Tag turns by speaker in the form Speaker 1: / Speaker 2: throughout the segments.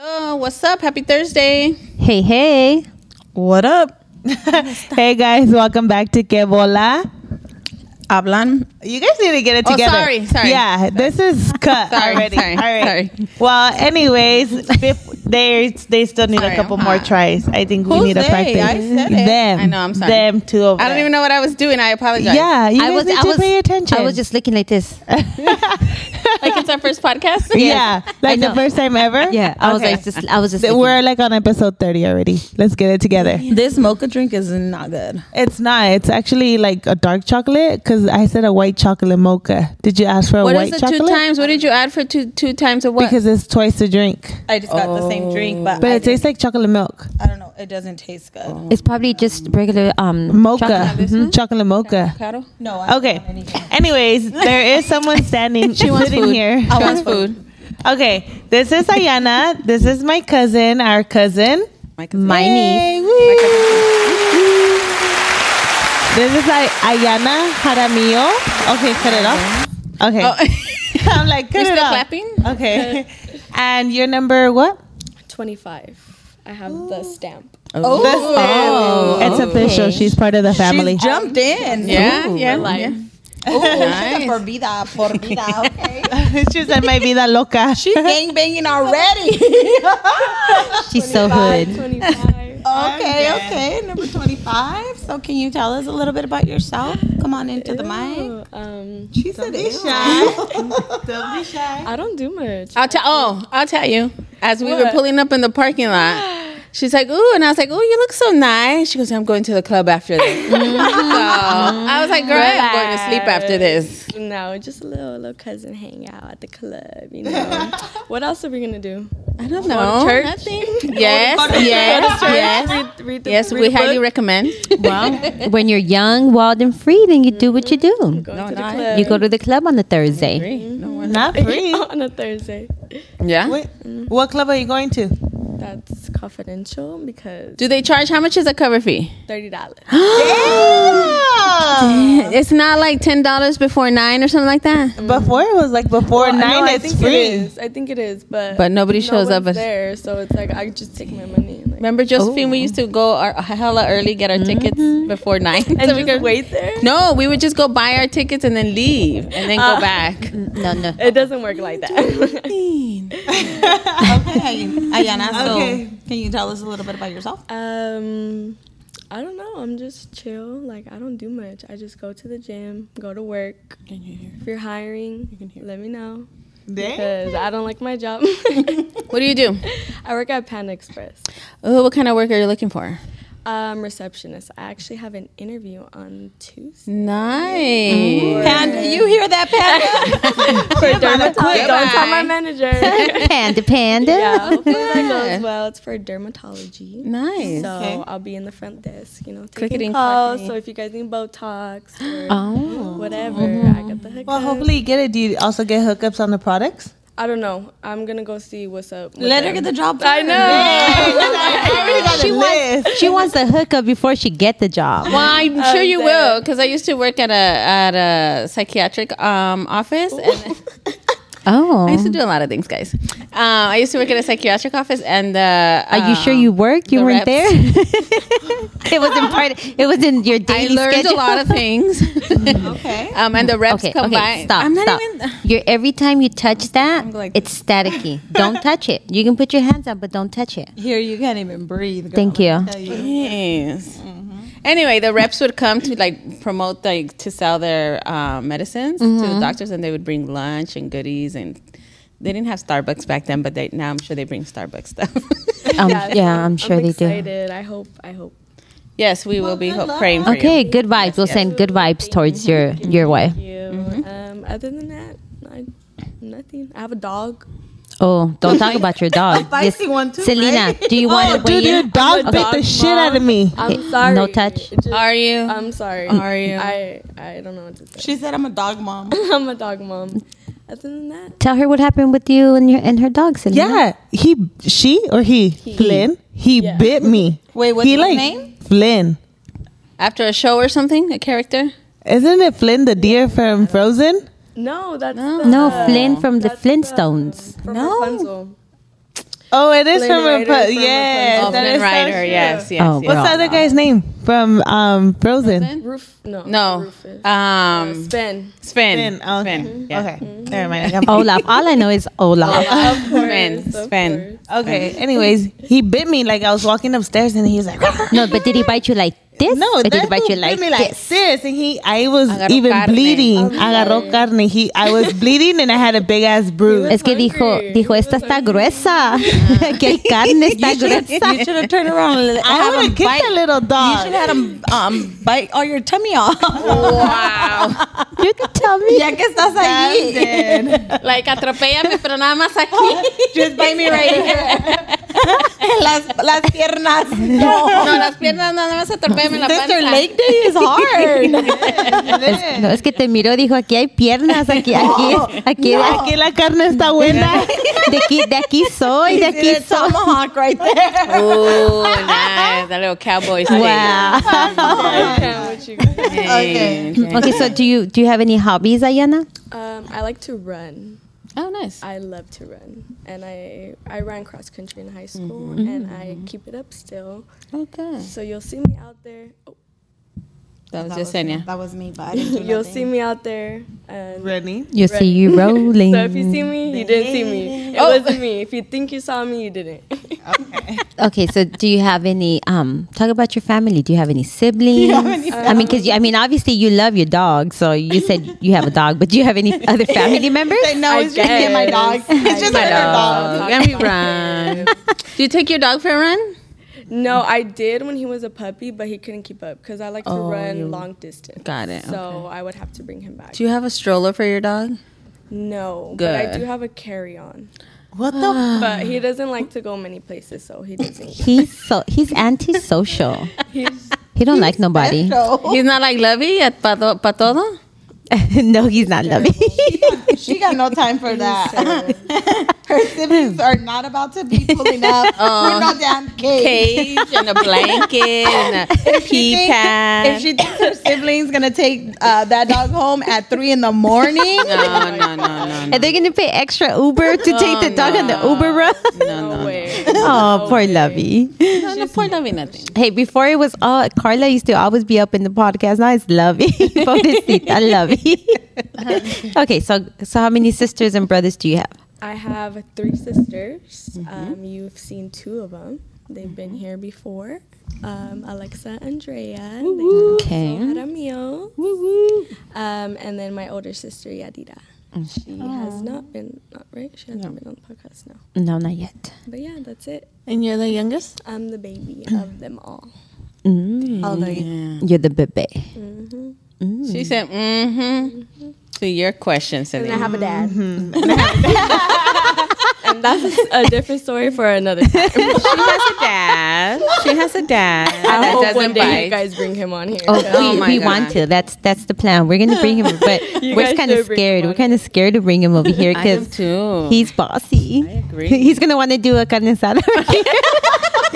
Speaker 1: Oh, What's up? Happy Thursday.
Speaker 2: Hey, hey.
Speaker 3: What up? hey guys, welcome back to Que Bola.
Speaker 1: Hablan.
Speaker 3: You guys need to get it
Speaker 1: Oh,
Speaker 3: together.
Speaker 1: sorry, sorry.
Speaker 3: Yeah, this is cut
Speaker 1: Sorry,
Speaker 3: already.
Speaker 1: sorry,
Speaker 3: All right.
Speaker 1: sorry.
Speaker 3: Well, anyways, bef- they they still need
Speaker 1: Sorry,
Speaker 3: a couple
Speaker 1: I'm
Speaker 3: more
Speaker 1: hot.
Speaker 3: tries. I think
Speaker 1: Who's
Speaker 3: we need to
Speaker 1: they?
Speaker 3: practice.
Speaker 1: I said it.
Speaker 3: Them.
Speaker 1: I know, I'm sorry.
Speaker 3: Them two of
Speaker 1: I don't
Speaker 3: them.
Speaker 1: even know what I was doing. I apologize.
Speaker 3: Yeah, you guys need to pay attention.
Speaker 2: I was just looking like this.
Speaker 1: Like it's our first podcast.
Speaker 3: yeah, like
Speaker 2: know.
Speaker 3: the first time ever.
Speaker 2: Yeah, I was
Speaker 3: Okay.
Speaker 2: like just. I was just.
Speaker 3: Th-
Speaker 2: looking.
Speaker 3: We're like on episode thirty already. Let's get it together.
Speaker 4: This mocha drink is not good.
Speaker 3: It's not. It's actually like a dark chocolate because I said a white chocolate mocha. Did you ask for a
Speaker 1: What
Speaker 3: white
Speaker 1: is the
Speaker 3: chocolate?
Speaker 1: two times? What did you add for two two times of what?
Speaker 3: Because it's twice the drink.
Speaker 4: I just got the same drink, but,
Speaker 3: But
Speaker 4: I,
Speaker 3: it tastes like chocolate milk.
Speaker 4: I don't know. It doesn't taste good.
Speaker 2: It's probably just regular um
Speaker 3: Mocha.
Speaker 2: chocolate.
Speaker 3: Mhm. Chocolate, mocha.
Speaker 1: Avocado?
Speaker 4: No, I
Speaker 3: Okay. Anyways, there is someone standing sitting here.
Speaker 1: She wants Oh. food.
Speaker 3: Okay. This is Ayana. this is my cousin, our cousin.
Speaker 4: My
Speaker 2: My niece.
Speaker 3: Yay, woo. This is like Ayana Jaramillo. Okay, cut it off. Okay. I'm like, cut
Speaker 1: You're still
Speaker 3: it off.
Speaker 1: Oh. clapping?
Speaker 3: Okay. and your number what?
Speaker 5: 25. I have the stamp.
Speaker 3: Oh, it's official. She's part of the family.
Speaker 4: jumped in.
Speaker 1: Yeah, yeah, yeah.
Speaker 4: For vida, for vida. Okay.
Speaker 3: she said, "My vida loca."
Speaker 4: She's gang banging already.
Speaker 2: She's so hood.
Speaker 5: 25.
Speaker 4: okay, okay. Number 25. So, can you tell us a little bit about yourself? Come on into the mic.
Speaker 5: um,
Speaker 3: She said, "Be shy. Don't be shy."
Speaker 5: I don't do much.
Speaker 1: I'll tell. Oh, I'll tell you. As we were pulling up in the parking lot, she's like, "Ooh," and I was like, "Ooh, you look so nice." She goes, "I'm going to the club after this." so I was like, "Girl, I'm going to sleep after this."
Speaker 5: No, just a little little cousin hangout at the club. You know. what else are we gonna do?
Speaker 1: I don't know. Church? Oh, Nothing. Yes, yes, yes,
Speaker 5: Read, read the,
Speaker 1: yes.
Speaker 5: read
Speaker 1: We
Speaker 5: the
Speaker 1: highly
Speaker 5: book,
Speaker 1: recommend.
Speaker 2: When you're young, wild, and free, then you do what you do.
Speaker 5: Go
Speaker 1: No,
Speaker 5: to the
Speaker 1: not-
Speaker 5: club Mm-hmm.
Speaker 2: You go to the club on the Thursday.
Speaker 3: Not free.
Speaker 5: on a Thursday.
Speaker 1: Yeah.
Speaker 3: Wait, what club are you going to?
Speaker 5: That's confidential because
Speaker 1: Do they charge? How much is a cover fee?
Speaker 5: thirty dollars.
Speaker 1: Ah. It's not like ten dollars before nine or something like that.
Speaker 3: Before it was like before nine.
Speaker 5: I
Speaker 3: it's
Speaker 5: think
Speaker 3: free.
Speaker 5: it is. I think it is, but
Speaker 1: But nobody shows up
Speaker 5: one's
Speaker 1: at-
Speaker 5: there, so it's like I just take my money and, like,
Speaker 1: Remember, Josephine, we used to go our, hella early, get our tickets before nine.
Speaker 5: Mm-hmm. and
Speaker 1: So we
Speaker 5: just
Speaker 1: could-
Speaker 5: wait there.
Speaker 1: No, we would just go buy our tickets and then leave and then go
Speaker 5: Uh,
Speaker 1: back.
Speaker 2: No, no.
Speaker 5: It doesn't work like that.
Speaker 4: Okay, Ayana. So,
Speaker 3: Okay.
Speaker 4: can you tell us a little bit about yourself?
Speaker 5: Um, I don't know. I'm just chill. Like I don't do much. I just go to the gym, go to work. Can you hear? If you're hiring, you can hear. Let me know because I don't like my job.
Speaker 1: What do you do?
Speaker 5: I work at Panda Express.
Speaker 1: Oh, what kind of work are you looking for?
Speaker 5: Um, receptionist. I actually have an interview on Tuesday.
Speaker 1: Nice.
Speaker 4: And you hear that, Pat?
Speaker 5: Dermatology. Don't tell my
Speaker 1: Goodbye.
Speaker 5: manager.
Speaker 2: Panda, panda.
Speaker 5: yeah, hopefully that goes well. It's for dermatology.
Speaker 2: Mm-hmm.
Speaker 1: Nice.
Speaker 5: So
Speaker 4: Okay.
Speaker 5: I'll be in the front desk, you know,
Speaker 1: Clickety
Speaker 5: taking calls.
Speaker 1: clackety.
Speaker 5: So if you guys need Botox or
Speaker 2: Oh.
Speaker 5: whatever, I got the hookup.
Speaker 3: Well, hopefully you get it. Do you also get hookups on the products?
Speaker 5: I don't know. I'm gonna go see what's up. with
Speaker 4: Let her
Speaker 5: them.
Speaker 4: get the job.
Speaker 5: I know.
Speaker 3: I already got a list.
Speaker 2: She wants the hookup before she get the job.
Speaker 1: Well, I'm sure you
Speaker 5: there.
Speaker 1: will because I used to work at a at a psychiatric um, office. And I used
Speaker 2: Oh.
Speaker 1: to do a lot of things, guys. Um, I used to work at a psychiatric office, and uh,
Speaker 2: Are you sure you worked? You
Speaker 1: the
Speaker 2: weren't
Speaker 1: reps.
Speaker 2: there. it wasn't part. It was in your
Speaker 1: I
Speaker 2: daily
Speaker 1: learned
Speaker 2: schedule.
Speaker 1: a lot of things. okay. Um, and the reps
Speaker 2: Okay,
Speaker 1: come
Speaker 2: okay,
Speaker 1: by.
Speaker 2: stop,
Speaker 1: I'm not
Speaker 2: stop.
Speaker 1: even.
Speaker 2: You're, every time you touch that,
Speaker 1: like
Speaker 2: it's staticky. don't touch it. You can put your hands up, but don't touch it.
Speaker 4: Here, you can't even breathe. girl.
Speaker 2: Thank you.
Speaker 1: Yes. Mm-hmm. Anyway, the reps would come to like promote like to sell their uh, medicines to the doctors, and they would bring lunch and goodies, and they didn't have Starbucks back then, but they, now I'm sure they bring Starbucks stuff.
Speaker 2: Um, yeah, I'm sure they do.
Speaker 5: excited. I hope. I hope.
Speaker 1: yes, we will be hope, praying for you.
Speaker 2: Okay, good vibes. we'll send good vibes towards your your way.
Speaker 5: You. Um, other than that, I, nothing. I have a dog.
Speaker 2: Oh, don't talk about your dog.
Speaker 3: feisty one too,
Speaker 2: Selena,
Speaker 3: right? Oh,
Speaker 2: do you want to
Speaker 3: Dude,
Speaker 2: weigh
Speaker 3: your
Speaker 2: in?
Speaker 3: dog
Speaker 5: a
Speaker 3: bit
Speaker 5: dog
Speaker 3: the shit
Speaker 5: mom.
Speaker 3: out of me.
Speaker 2: Eh,
Speaker 5: I'm sorry.
Speaker 2: no touch.
Speaker 5: It just-
Speaker 1: Are you?
Speaker 5: I'm sorry.
Speaker 1: Are you?
Speaker 5: I I don't know what to say.
Speaker 4: She said, I'm a dog mom.
Speaker 5: I'm a dog mom. Other than that,
Speaker 2: Tell her what happened with you and your and her dog, Selena.
Speaker 3: Yeah, he, she, or he, Flynn. He bit me.
Speaker 4: Wait, what's
Speaker 3: he
Speaker 4: his
Speaker 3: like
Speaker 4: name?
Speaker 3: Flynn.
Speaker 1: After a show or something, a character.
Speaker 3: Isn't it Flynn the deer from Frozen?
Speaker 5: no. That's
Speaker 1: No.
Speaker 5: the-
Speaker 2: No, Flynn from the
Speaker 5: that's uh, the-
Speaker 2: Flintstones.
Speaker 5: from
Speaker 1: No.
Speaker 5: Rapunzel.
Speaker 3: Oh, it is
Speaker 5: Lynn
Speaker 3: from
Speaker 5: Rider
Speaker 3: Repu-
Speaker 5: from
Speaker 3: yes,
Speaker 5: Rapunzel.
Speaker 1: Oh,
Speaker 3: that
Speaker 1: Flynn
Speaker 3: is so
Speaker 1: Rider,
Speaker 3: true.
Speaker 1: yes, yes,
Speaker 2: Oh,
Speaker 1: yes.
Speaker 2: we're
Speaker 3: What's the
Speaker 2: all
Speaker 3: other
Speaker 2: out.
Speaker 3: guy's name from um, Frozen?
Speaker 1: Frozen?
Speaker 5: Roof? No. not
Speaker 1: No.
Speaker 5: Rufus.
Speaker 1: Um, Spin.
Speaker 5: Spin.
Speaker 1: Spin.
Speaker 3: Oh, okay.
Speaker 1: Spin, yeah.
Speaker 3: Okay. Never mind. I got-
Speaker 2: Olaf. All I know is Olaf.
Speaker 5: Of course,
Speaker 1: Spin,
Speaker 5: of
Speaker 1: spin.
Speaker 5: course.
Speaker 3: Okay. Anyways, he bit me like I was walking upstairs, and he was like,
Speaker 2: No, but did he bite you like this?
Speaker 3: No,
Speaker 2: or did
Speaker 3: that
Speaker 2: he bite you
Speaker 3: dude bit
Speaker 2: like
Speaker 3: me like
Speaker 2: this?
Speaker 3: this, and he, I was
Speaker 1: Agarró
Speaker 3: even
Speaker 1: carne.
Speaker 3: bleeding. Agarró carne. He, I was bleeding, and I had a big ass bruise.
Speaker 2: Es que dijo,
Speaker 5: hungry.
Speaker 2: dijo, esta está gruesa. que el carne está gruesa.
Speaker 4: You should have turned around. And
Speaker 3: I
Speaker 4: have
Speaker 3: would
Speaker 4: him
Speaker 3: have kicked
Speaker 4: bite.
Speaker 3: that little
Speaker 4: You
Speaker 3: dog.
Speaker 4: should have had him um, bite all your tummy off.
Speaker 1: Wow.
Speaker 2: You can tell me.
Speaker 4: ya que estás ahí.
Speaker 1: like, atropéllame, pero nada más aquí.
Speaker 4: Just bite me right here. las, las piernas. No.
Speaker 1: No, las piernas nada más atropéllame la
Speaker 4: Sister,
Speaker 1: panza.
Speaker 4: leg day is hard.
Speaker 2: Es, no, es que te miró, dijo, aquí hay piernas, aquí, aquí, aquí, aquí-
Speaker 3: Aquí la carne está buena.
Speaker 2: de aquí, de aquí soy, de aquí
Speaker 4: It's a
Speaker 2: soy.
Speaker 4: tomahawk right there.
Speaker 1: Ooh, Uh, nice. That little cowboy shake.
Speaker 2: Wow.
Speaker 5: Okay, what you got?
Speaker 1: Okay.
Speaker 2: Okay, so do you do you have any hobbies, Ayana?
Speaker 5: Um, I like to run.
Speaker 1: Oh, nice.
Speaker 5: I love to run, and I I ran cross country in high school,
Speaker 1: Mm-hmm.
Speaker 5: and I keep it up still.
Speaker 1: Okay.
Speaker 5: So you'll see me out there. Oh,
Speaker 1: That was Yesenia.
Speaker 4: That was me, but I didn't do
Speaker 5: you'll
Speaker 4: nothing.
Speaker 5: see me out there. And
Speaker 3: Ready?
Speaker 2: You see you rolling.
Speaker 5: So if you see me, you didn't see me. It
Speaker 1: Oh.
Speaker 5: wasn't me. If you think you saw me, you didn't.
Speaker 2: Okay, so do you have any? Um, talk about your family. Do you have any siblings? I mean, because I mean, obviously you love your dog, so you said you have a dog, but do you have any other family members?
Speaker 4: No, it's just yeah, my dog. It's just my dog.
Speaker 1: Let me run. Do you take your dog for a run?
Speaker 5: no, I did when he was a puppy, but he couldn't keep up because I like to run long distance.
Speaker 1: Oh, Got it,
Speaker 5: So I would have to bring him back.
Speaker 1: Do you have a stroller for your dog?
Speaker 5: no, but I
Speaker 1: Good.
Speaker 5: do have a carry on.
Speaker 3: What the?
Speaker 5: But he doesn't like to go many places, so he doesn't.
Speaker 2: He's so he's antisocial.
Speaker 5: He's,
Speaker 2: He don't like nobody.
Speaker 1: He's not like Lovey at Pato- Patodo?
Speaker 2: no, he's not loving.
Speaker 4: She got no time for that. Her siblings are not about to be pulling up.
Speaker 1: Oh.
Speaker 4: We're not damn cake.
Speaker 1: Cage and a blanket and a pee
Speaker 4: think- If
Speaker 1: pad.
Speaker 4: she thinks her siblings gonna take uh, that dog home at three in the morning,
Speaker 1: No, no, no, no, no.
Speaker 2: Are they gonna pay extra Uber to take the dog on the Uber run?
Speaker 1: Oh, No,
Speaker 5: no
Speaker 1: no, no.
Speaker 5: way.
Speaker 2: oh, poor Lovey.
Speaker 1: No, no, poor Lovey, nothing.
Speaker 2: Hey, before it was all Carla used to always be up in the podcast. Now it's Lovey. Pobrecita Lovey. okay, so so how many sisters and brothers do you have?
Speaker 5: I have three sisters. Um, you've seen two of them. They've been here before. Um, Alexa, Andrea,
Speaker 2: Okay.
Speaker 5: okay. Jaramillo, um, and then my older sister Yadira. She has not been not right. She has not been on the podcast now.
Speaker 2: No, not yet.
Speaker 5: But yeah, that's it.
Speaker 3: And you're the youngest?
Speaker 5: I'm the baby of them all.
Speaker 2: Mm.
Speaker 1: Yeah.
Speaker 2: You're the bebe.
Speaker 1: She said, mm-hmm. To your question,
Speaker 5: And
Speaker 1: Cindy.
Speaker 5: I have a dad. and that's a different story for another time.
Speaker 1: She has a dad. She has a dad.
Speaker 5: I
Speaker 1: that
Speaker 5: hope
Speaker 1: doesn't
Speaker 5: one day you
Speaker 1: bite.
Speaker 5: guys bring him on here.
Speaker 2: Oh,
Speaker 1: Oh
Speaker 2: we,
Speaker 1: my
Speaker 2: we
Speaker 1: God.
Speaker 2: want to. That's that's the plan. We're gonna bring him, but
Speaker 5: You
Speaker 2: we're
Speaker 5: guys
Speaker 2: kind of
Speaker 5: should bring him
Speaker 2: scared. We're
Speaker 5: on.
Speaker 2: kind of scared to bring him over here
Speaker 1: I am
Speaker 2: because
Speaker 1: too.
Speaker 2: he's bossy. I
Speaker 1: agree.
Speaker 2: He's gonna want to do a carne asada.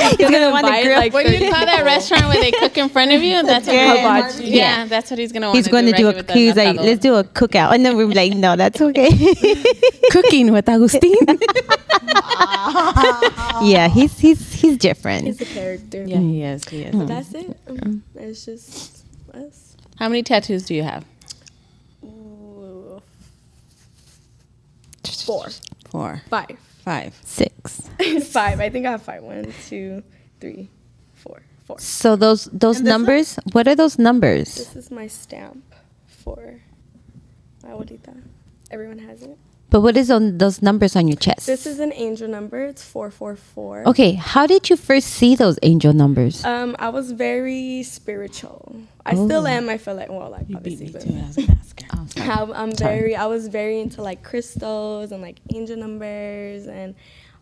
Speaker 2: He's gonna want to
Speaker 5: invite,
Speaker 2: grill.
Speaker 5: like,
Speaker 1: what do you call that restaurant where they cook in front of you? That's what yeah.
Speaker 5: Hibachi.
Speaker 1: yeah, that's what he's gonna want.
Speaker 2: He's going to do a. He was like, "Let's do a cookout," and then we were like, "No, that's okay."
Speaker 1: cooking with Agustin.
Speaker 2: yeah, he's he's he's different.
Speaker 5: He's a character.
Speaker 1: yeah, he is. He is.
Speaker 5: That's it. Um, It's just us.
Speaker 1: How many tattoos do you have?
Speaker 5: Ooh, Four.
Speaker 1: Four,
Speaker 5: Five.
Speaker 1: five.
Speaker 2: Six.
Speaker 5: five. I think I have five. One, two, three, four. Four.
Speaker 2: So those those numbers. What are those numbers?
Speaker 5: This is my stamp for my abuelita. Everyone has it.
Speaker 2: But what is on those numbers on your chest?
Speaker 5: This is an angel number. It's 444.
Speaker 2: okay. How did you first see those angel numbers?
Speaker 5: Um, I was very spiritual. I
Speaker 2: Oh.
Speaker 5: still am. I feel like, well, like obviously, but how I'm very. I was very into like crystals and like angel numbers and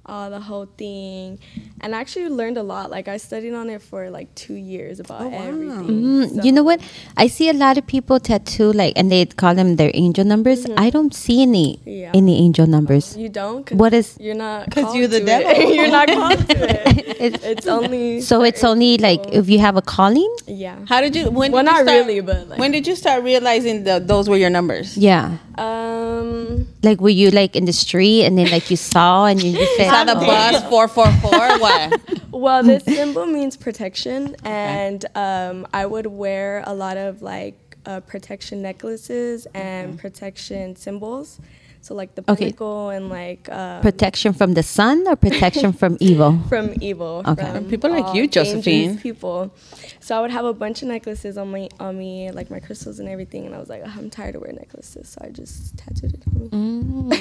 Speaker 5: all the whole thing. And I actually learned a lot. Like I studied on it for like two years
Speaker 1: Oh,
Speaker 5: about everything.
Speaker 2: Mm, You know what? I see a lot of people tattoo like, and they call them their angel numbers. I don't see any
Speaker 5: Yeah.
Speaker 2: any angel numbers.
Speaker 5: You don't. 'Cause
Speaker 2: What is?
Speaker 5: You're not
Speaker 4: you're
Speaker 5: called
Speaker 4: the
Speaker 5: to
Speaker 4: devil.
Speaker 5: It. you're not called to it.
Speaker 2: It's-
Speaker 5: It's only
Speaker 2: so it's only like if you have a calling.
Speaker 5: yeah.
Speaker 1: How did you? When
Speaker 5: Well,
Speaker 1: did you
Speaker 5: not
Speaker 1: start-
Speaker 5: really, but like
Speaker 1: When did you start realizing that those were your numbers?
Speaker 2: Yeah.
Speaker 5: um
Speaker 2: Like were you like in the street and then like you saw and you just
Speaker 1: Saw
Speaker 2: said "Oh,
Speaker 1: the bus four four four. What?
Speaker 5: Well, this symbol means protection, and um, I would wear a lot of like uh, protection necklaces and protection symbols. So like the
Speaker 2: Okay.
Speaker 5: pinnacle and like uh,
Speaker 2: protection from the sun or protection from evil?
Speaker 5: from evil.
Speaker 2: Okay.
Speaker 5: From
Speaker 1: People like
Speaker 5: all
Speaker 1: you,
Speaker 5: dangerous
Speaker 1: Josephine.
Speaker 5: People. So I would have a bunch of necklaces on my on me, like my crystals and everything, and I was like, "Ugh, I'm tired of wearing necklaces, so I just tattooed it on me.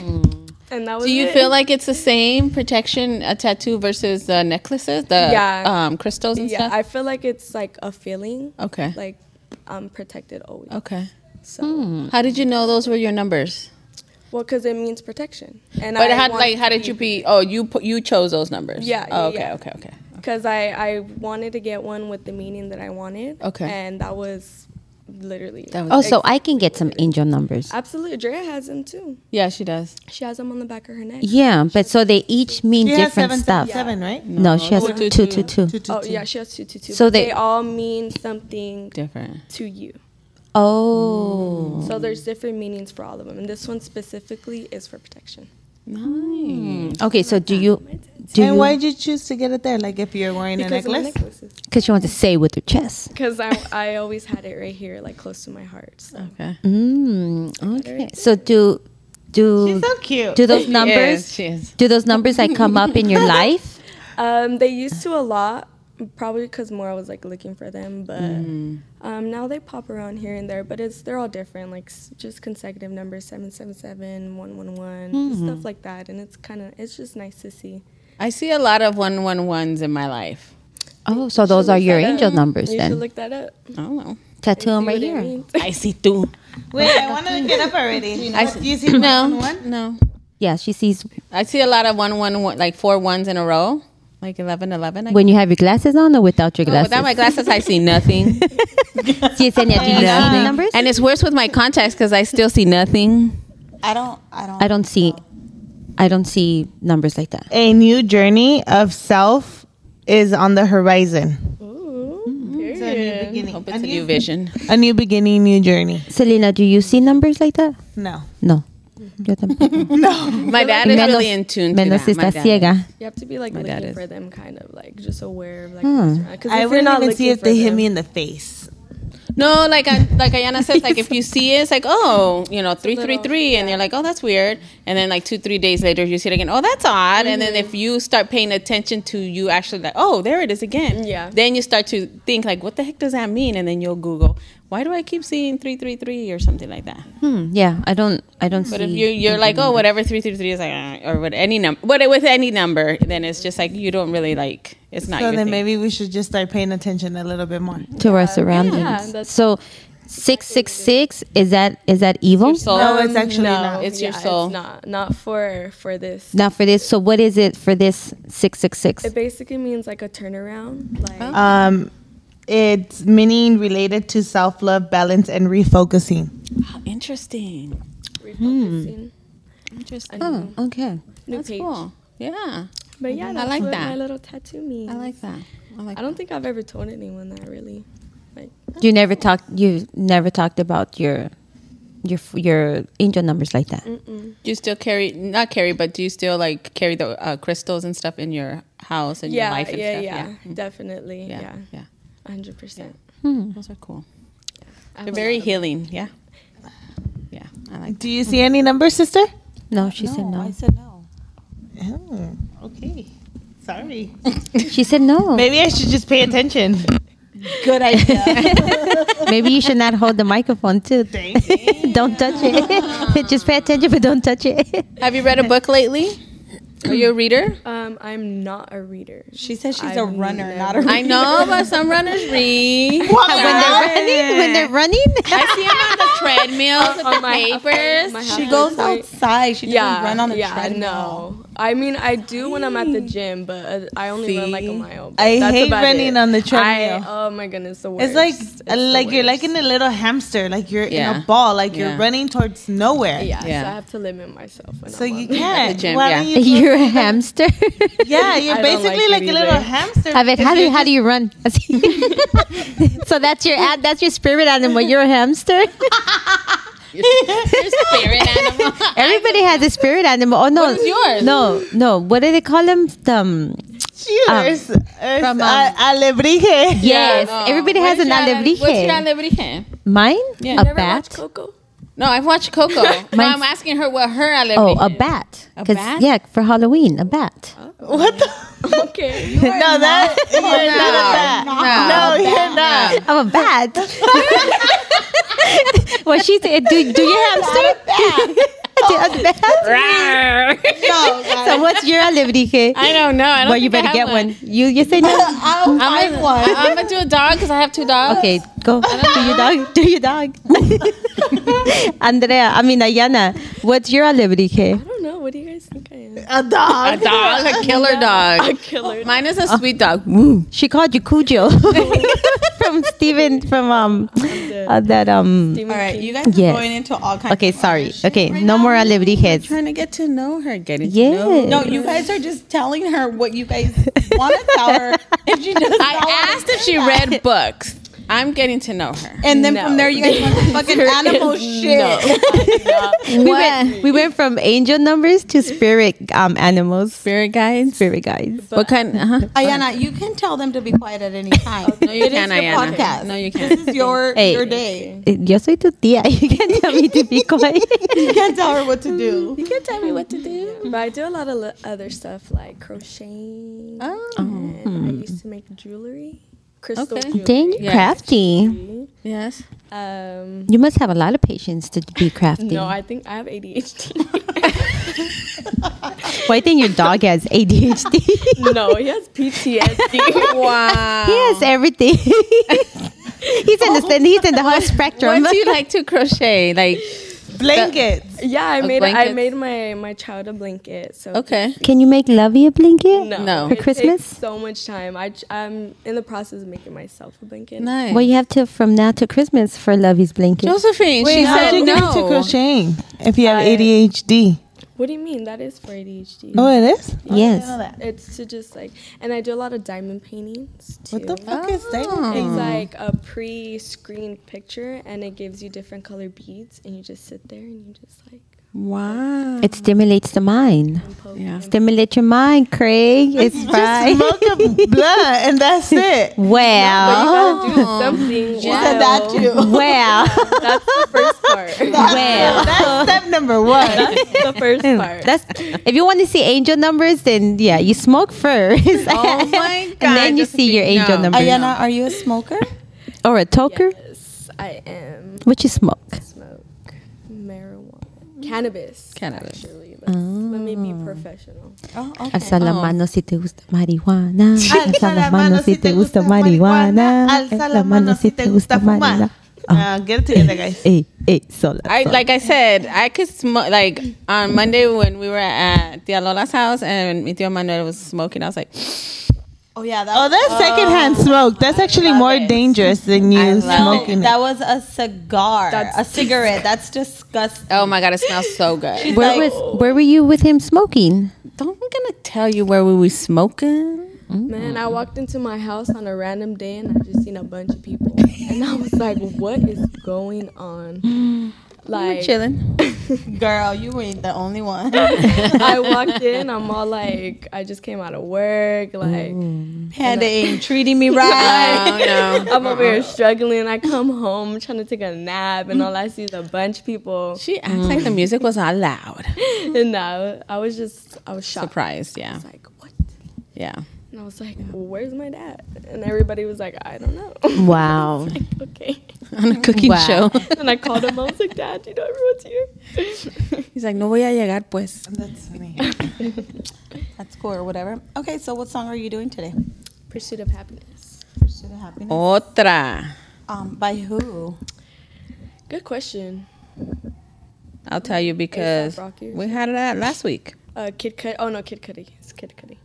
Speaker 5: and that was.
Speaker 1: Mm. Do you
Speaker 5: it.
Speaker 1: feel like it's the same protection a tattoo versus the necklaces, the
Speaker 5: Yeah.
Speaker 1: um, crystals and
Speaker 5: Yeah,
Speaker 1: stuff?
Speaker 5: I feel like it's like a feeling.
Speaker 1: okay. Oh, hmm.
Speaker 5: Like I'm protected always.
Speaker 1: okay.
Speaker 5: So.
Speaker 1: How did you know those were your numbers?
Speaker 5: Well, because it means protection. And
Speaker 1: But
Speaker 5: I
Speaker 1: how, like, how did you be? Oh, you put, you chose those numbers.
Speaker 5: Yeah,
Speaker 1: Oh, okay.
Speaker 5: yeah, yeah.
Speaker 1: Okay. Okay.
Speaker 5: Because I, I wanted to get one with the meaning that I wanted.
Speaker 1: Okay.
Speaker 5: And that was literally.
Speaker 1: That was-
Speaker 2: Oh, so I can get some angel numbers.
Speaker 5: Absolutely. Drea has them too.
Speaker 1: Yeah, she does.
Speaker 5: She has them on the back of her neck.
Speaker 2: Yeah, but so they each mean
Speaker 3: You have
Speaker 2: different
Speaker 3: seven,
Speaker 2: stuff.
Speaker 3: seven, seven, right?
Speaker 2: No, she has
Speaker 1: Oh,
Speaker 2: two,
Speaker 1: two,
Speaker 2: two, two.
Speaker 1: two.
Speaker 3: Two, two,
Speaker 5: Oh,
Speaker 3: two.
Speaker 5: yeah, she has two, two, two.
Speaker 2: So
Speaker 5: But
Speaker 2: they-
Speaker 5: they, all mean something
Speaker 1: Different.
Speaker 5: to you.
Speaker 2: Oh,
Speaker 5: So there's different meanings for all of them. And this one specifically is for protection.
Speaker 1: Nice.
Speaker 2: okay. So do you do
Speaker 3: and why
Speaker 2: you
Speaker 3: did you choose to get it there? Like if you're wearing
Speaker 5: Because
Speaker 3: a
Speaker 5: of my
Speaker 3: necklace?
Speaker 5: necklaces.
Speaker 2: because you want to say with your chest?
Speaker 5: Because I, I always had it right here, like close to my heart. So.
Speaker 1: Okay.
Speaker 2: Mm, okay. So do do
Speaker 3: She's so cute.
Speaker 2: do those
Speaker 1: Yes,
Speaker 2: numbers
Speaker 1: she is.
Speaker 2: do those numbers like come up in your life?
Speaker 5: Um, they used to a lot, probably because more I was like looking for them, but
Speaker 3: Mm-hmm.
Speaker 5: um, now they pop around here and there. But it's they're all different, like s- just consecutive numbers, seven seven seven, one one one,
Speaker 3: Mm-hmm.
Speaker 5: stuff like that. And it's kind of it's just nice to see.
Speaker 1: I see a lot of one one ones in my life.
Speaker 2: Oh, so those are
Speaker 5: Look
Speaker 2: your
Speaker 5: that up.
Speaker 2: angel numbers
Speaker 5: You should
Speaker 2: then.
Speaker 5: look that up.
Speaker 3: Oh,
Speaker 1: I don't know.
Speaker 2: Tattoo them
Speaker 5: See
Speaker 2: right
Speaker 5: what it
Speaker 2: here.
Speaker 5: means.
Speaker 1: I see two.
Speaker 3: Wait, I want to look it up already. Do you,
Speaker 1: I see-
Speaker 3: see one
Speaker 1: no,
Speaker 3: on one?
Speaker 1: no.
Speaker 2: Yeah, she sees
Speaker 1: I see a lot of one one one like four ones in a row, like 11, 11. I
Speaker 2: when you have your glasses on or without your
Speaker 1: Oh,
Speaker 2: glasses.
Speaker 1: without my glasses, I see nothing.
Speaker 2: Yes, and yeah, do you see the numbers?
Speaker 1: and it's worse with my contacts because I still see nothing.
Speaker 4: I don't. I don't.
Speaker 2: I don't see, I don't see numbers like that.
Speaker 3: A new journey of self is on the horizon.
Speaker 5: Ooh,
Speaker 3: So a new
Speaker 5: period.
Speaker 3: beginning.
Speaker 1: Hope it's a new vision.
Speaker 3: a new beginning, new journey.
Speaker 2: Selena, do you see numbers like that?
Speaker 3: No.
Speaker 2: No. Yo tampoco.
Speaker 1: My dad is
Speaker 2: Menos-
Speaker 1: Mm-hmm. really in tune to
Speaker 2: Menos
Speaker 1: that. My
Speaker 2: está
Speaker 1: dad
Speaker 2: ciega.
Speaker 5: You have to be like
Speaker 1: My dad
Speaker 5: looking
Speaker 1: is.
Speaker 5: for them, kind of like just aware of like.
Speaker 2: Hmm.
Speaker 5: Because
Speaker 3: I wouldn't even see if they hit me in the face.
Speaker 1: is. No, like I, like Ayana says, like if you see it, it's like oh, you know, three three
Speaker 5: little-
Speaker 1: three, and you're like oh that's weird, and then like two three days later you see it again, oh that's odd, and then if you start paying attention to you actually like oh there it is again,
Speaker 5: Yeah.
Speaker 1: then you start to think like what the heck does that mean, and then you'll Google why do I keep seeing three three three or something like that.
Speaker 2: Hmm, yeah, I don't, I don't
Speaker 1: But
Speaker 2: see.
Speaker 1: if you you're like oh whatever three three three is like uh, or what any number but with any number then it's just like you don't really like it's not
Speaker 3: So
Speaker 1: your
Speaker 3: then
Speaker 1: thing.
Speaker 3: maybe we should just start paying attention a little bit more.
Speaker 2: to our surroundings.
Speaker 5: yeah, that's-
Speaker 2: so, six six six is that is that evil?
Speaker 1: your soul
Speaker 3: No, it's actually
Speaker 5: um, no,
Speaker 3: not.
Speaker 1: It's your
Speaker 5: yeah,
Speaker 1: soul.
Speaker 5: It's not not for for this.
Speaker 2: Now for this, so what is it for this six six six?
Speaker 5: It basically means like a turnaround, like.
Speaker 3: Um, it's meaning related to self love, balance, and refocusing.
Speaker 1: interesting
Speaker 3: Hmm.
Speaker 5: refocusing.
Speaker 1: interesting
Speaker 2: Oh, okay.
Speaker 5: New
Speaker 1: that's
Speaker 5: page.
Speaker 1: cool yeah
Speaker 5: But yeah,
Speaker 1: I
Speaker 5: that's
Speaker 1: like
Speaker 5: what
Speaker 1: that.
Speaker 5: my little tattoo means.
Speaker 1: I like that I like
Speaker 5: I don't think I've ever told anyone that really. Like
Speaker 2: You never talked. You never talked about your your your angel numbers like that.
Speaker 1: do you still carry not carry but do you still like carry the uh, crystals and stuff in your house and your
Speaker 5: yeah,
Speaker 1: life and
Speaker 5: yeah,
Speaker 1: stuff
Speaker 5: yeah,
Speaker 1: Mm.
Speaker 5: definitely,
Speaker 1: yeah yeah,
Speaker 5: yeah, hundred percent.
Speaker 1: those are cool
Speaker 5: I have
Speaker 1: they're
Speaker 5: a
Speaker 1: very
Speaker 5: lot of-
Speaker 1: healing yeah yeah I like
Speaker 3: Do you see any numbers, sister?
Speaker 2: No, she said
Speaker 4: I
Speaker 2: no.
Speaker 4: said no.
Speaker 3: Oh, okay. Sorry.
Speaker 2: She said no.
Speaker 3: Maybe I should just pay attention.
Speaker 4: Good idea.
Speaker 2: Maybe you should not hold the microphone too. don't touch it. Just pay attention, but don't touch it.
Speaker 1: have you read a book lately are you a reader
Speaker 5: Um, I'm not a reader.
Speaker 4: she says she's a
Speaker 5: I've
Speaker 4: runner,
Speaker 5: never-
Speaker 4: not a.
Speaker 1: I know, but some runners read.
Speaker 2: when they're running, when they're running.
Speaker 1: I see them on the treadmills with
Speaker 5: On
Speaker 1: the
Speaker 5: my-
Speaker 1: papers.
Speaker 5: my
Speaker 4: She
Speaker 5: halfway
Speaker 4: goes
Speaker 5: point.
Speaker 4: outside. She doesn't
Speaker 5: Yeah,
Speaker 4: run on the
Speaker 5: yeah,
Speaker 4: treadmill.
Speaker 5: no. I mean, I do when I'm at the gym, but uh, I only run like a
Speaker 1: See?
Speaker 5: mile. but
Speaker 3: I
Speaker 5: that's
Speaker 3: hate
Speaker 5: about
Speaker 3: running
Speaker 5: it.
Speaker 3: on the
Speaker 5: I,
Speaker 3: treadmill.
Speaker 5: oh my goodness, the
Speaker 3: It's
Speaker 5: worst.
Speaker 3: like uh,
Speaker 5: the
Speaker 3: like you're like
Speaker 5: worst.
Speaker 3: in a little hamster, like you're in
Speaker 1: Yeah.
Speaker 3: a ball, like you're
Speaker 1: Yeah.
Speaker 3: running towards nowhere.
Speaker 5: Yeah,
Speaker 1: Yeah.
Speaker 5: so I have to limit myself. When
Speaker 3: So
Speaker 5: I'm
Speaker 3: you
Speaker 5: on.
Speaker 3: can't.
Speaker 1: gym,
Speaker 3: Why
Speaker 1: yeah.
Speaker 3: don't you do-
Speaker 2: You're a hamster.
Speaker 3: yeah, you're
Speaker 5: I don't like
Speaker 3: basically
Speaker 5: it
Speaker 3: like, a little
Speaker 5: either.
Speaker 3: hamster.
Speaker 2: I mean,
Speaker 3: If
Speaker 2: how do
Speaker 3: you
Speaker 2: how do you run? so that's your ad. That's your spirit animal. You're a hamster.
Speaker 1: spirit animal.
Speaker 2: Everybody has a spirit animal. Oh no,
Speaker 1: is yours?
Speaker 2: no, no. What do they call them? Um,
Speaker 3: Cheaters. It's
Speaker 2: from,
Speaker 3: a-
Speaker 2: um,
Speaker 3: alebrije.
Speaker 2: yes,
Speaker 1: no.
Speaker 2: everybody
Speaker 1: What
Speaker 2: has
Speaker 1: is
Speaker 2: an
Speaker 1: your ale- What's your
Speaker 2: alebrije.
Speaker 1: alebrije?
Speaker 2: Mine,
Speaker 1: Yeah.
Speaker 2: a
Speaker 5: Never watched
Speaker 2: bat.
Speaker 5: Coco.
Speaker 1: No, I've watched Coco. no, I'm asking her what her alebrije.
Speaker 2: Oh, a
Speaker 1: is.
Speaker 2: bat.
Speaker 1: A
Speaker 2: 'Cause,
Speaker 1: bat?
Speaker 2: Yeah, for Halloween, a bat.
Speaker 3: What the?
Speaker 5: Okay.
Speaker 3: No, that you're not a bat. No, you're not.
Speaker 1: Oh,
Speaker 2: I'm a bat. well, she said, do, do you hamster? Do you have a bat?
Speaker 3: No, guys.
Speaker 2: so what's your alebrije?
Speaker 1: I don't know. I don't
Speaker 2: Well, you
Speaker 1: think I
Speaker 2: better
Speaker 1: have
Speaker 2: get one. You you say no.
Speaker 3: I'll
Speaker 1: I'm gonna, I'm gonna do a dog because I have two dogs.
Speaker 2: Okay, go. Do your dog. Do your dog. Andrea, I mean Ayana, what's your alebrije?
Speaker 5: I don't know. What do you guys think I am?
Speaker 3: a dog.
Speaker 1: A dog, a killer dog.
Speaker 5: A killer.
Speaker 1: Mine is a sweet dog. Woo.
Speaker 2: She called you Cujo from Steven from um uh, that um.
Speaker 5: Demon
Speaker 4: All right,
Speaker 5: King.
Speaker 4: you guys are
Speaker 2: Yes.
Speaker 4: going into all kinds.
Speaker 2: Okay,
Speaker 4: of
Speaker 2: sorry.
Speaker 4: other
Speaker 2: Okay,
Speaker 4: shit right
Speaker 2: no
Speaker 4: now.
Speaker 2: more alebrijes.
Speaker 1: Trying to get to know her, getting
Speaker 2: Yeah.
Speaker 1: to know.
Speaker 4: No, you guys are just telling her what you guys want to tell her, and she does not
Speaker 1: I
Speaker 4: want
Speaker 1: asked if she read books. I'm getting to know her.
Speaker 4: And then
Speaker 5: No.
Speaker 4: from there, you guys want to fucking animal shit.
Speaker 2: We went, we went from angel numbers to spirit um animals.
Speaker 1: Spirit guides.
Speaker 2: Spirit guides.
Speaker 1: What kind? Uh-huh.
Speaker 4: Ayana, you can tell them to be quiet at any time.
Speaker 1: Oh, No, you
Speaker 4: It is
Speaker 1: can't,
Speaker 4: your
Speaker 1: Ayana.
Speaker 4: podcast.
Speaker 1: No, you
Speaker 4: This
Speaker 1: can't.
Speaker 4: is your
Speaker 2: Hey.
Speaker 4: your day.
Speaker 2: Eh, Yo soy tu tía. You can't tell me to be quiet.
Speaker 4: You can't tell her what to do.
Speaker 1: You can tell me what to do.
Speaker 5: But I do a lot of li- other stuff like crocheting.
Speaker 1: Oh.
Speaker 5: and I used to make jewelry, crystal
Speaker 1: Okay.
Speaker 5: jewelry.
Speaker 2: Dang, you're
Speaker 1: Yeah.
Speaker 2: crafty.
Speaker 1: Yes.
Speaker 5: Um,
Speaker 2: You must have a lot of patience to be crafty.
Speaker 5: no, I think I have ADHD.
Speaker 2: Well, I think your dog has ADHD. he
Speaker 5: no, he has PTSD.
Speaker 1: Wow.
Speaker 2: has everything. he's in the he's in the whole spectrum.
Speaker 1: What do you like to crochet? Like
Speaker 3: Blankets.
Speaker 5: yeah, I
Speaker 1: A
Speaker 5: made a, I
Speaker 1: blanket.
Speaker 5: made my my child a blanket. So
Speaker 1: Oh, okay.
Speaker 2: Can you make Lovey a blanket?
Speaker 5: No,
Speaker 1: No.
Speaker 5: it
Speaker 1: For
Speaker 5: takes
Speaker 2: Christmas?
Speaker 5: so much time. I ch- I'm in the process of making myself a blanket.
Speaker 1: Nice.
Speaker 2: Well, you have to from now to Christmas for Lovey's blanket.
Speaker 1: Josephine, she
Speaker 3: How'd
Speaker 1: said
Speaker 3: you get into
Speaker 1: no.
Speaker 3: crocheting if you have
Speaker 5: I-
Speaker 3: ADHD?
Speaker 5: What do you mean? That is for ADHD.
Speaker 3: Oh, it is.
Speaker 2: yes.
Speaker 5: It's to just like, and I do a lot of diamond paintings too.
Speaker 3: What the fuck is that?
Speaker 5: It's
Speaker 1: Oh.
Speaker 5: like a pre-screened picture, and it gives you different color beads, and you just sit there and you just like
Speaker 1: Wow.
Speaker 2: It stimulates the mind.
Speaker 5: poke.
Speaker 1: Yeah.
Speaker 2: Stimulate your mind, Craig. It's right.
Speaker 3: Smoke a blunt and that's it.
Speaker 2: Well,
Speaker 5: But you gotta do something.
Speaker 1: Oh. She said
Speaker 5: wild.
Speaker 3: That you.
Speaker 2: well,
Speaker 5: That's the first part.
Speaker 2: well.
Speaker 3: That's step number one.
Speaker 5: That's the first part.
Speaker 2: That's if you want to see angel numbers, then yeah, you smoke first.
Speaker 1: Oh my God,
Speaker 2: and then you see your
Speaker 1: Josephine,
Speaker 2: angel
Speaker 1: no.
Speaker 2: numbers.
Speaker 4: Ayana, are you a smoker?
Speaker 2: Or a toker?
Speaker 5: yes, I am
Speaker 2: What you smoke?
Speaker 5: smoke marijuana, cannabis.
Speaker 1: Cannabis.
Speaker 5: Actually, let's, let me be profesal
Speaker 4: Oh, okay.
Speaker 2: Alza la mano si te gusta marihuana. Alza la mano si te gusta marihuana.
Speaker 3: marihuana. Alza la mano si te gusta fumar.
Speaker 2: Ah,
Speaker 3: Now Uh, get it together, guys.
Speaker 2: Ey, ey, eh, sola.
Speaker 1: I
Speaker 2: sola.
Speaker 1: like I said, I could smoke like on Monday when we were at Tia Lola's house and mi tío Manuel was smoking. I was like,
Speaker 4: Oh yeah, that
Speaker 3: Oh,
Speaker 4: was,
Speaker 3: that's secondhand smoke. That's actually more dangerous than
Speaker 1: I
Speaker 3: you
Speaker 1: love
Speaker 3: smoking it.
Speaker 4: that was a cigar, a cigarette. That's disgusting.
Speaker 1: "Oh my god, it smells so good."
Speaker 2: where
Speaker 4: like-
Speaker 2: was where were you with him smoking?
Speaker 1: Don't I'm gonna tell you where we were smoking.
Speaker 5: Man, I walked into my house on a random day and I just seen a bunch of people, and I was like, "What is going on?" Like,
Speaker 1: Chilling.
Speaker 4: Girl, you ain't the only one.
Speaker 5: I walked in, I'm all like, I just came out of work, like,
Speaker 4: Panda ain't treating me right.
Speaker 1: Oh no.
Speaker 5: I'm over here struggling. I come home trying to take a nap, and all I see is a bunch of people.
Speaker 1: She acts like the music was not loud.
Speaker 5: And I, I was just, I was shocked.
Speaker 1: Surprised, yeah,
Speaker 5: I was like, what?
Speaker 1: yeah.
Speaker 5: And I was like, where's my dad? And everybody was like, I don't know.
Speaker 2: Wow.
Speaker 5: like, okay.
Speaker 1: On a cooking
Speaker 2: Wow.
Speaker 1: show,
Speaker 5: And I called him. I was like, Dad, you know everyone's here.
Speaker 1: he's like, "No voy a llegar, pues."
Speaker 4: That's funny. That's cool or whatever. Okay, so what song are you doing today?
Speaker 5: Pursuit of happiness.
Speaker 4: Pursuit of Happiness.
Speaker 1: Otra.
Speaker 4: Um, by who?
Speaker 5: Good question.
Speaker 1: I'll tell you because
Speaker 5: Rocky or
Speaker 1: we had that last week.
Speaker 5: Uh, Kid Cudi. Oh no, Kid Cudi. It's Kid Cudi.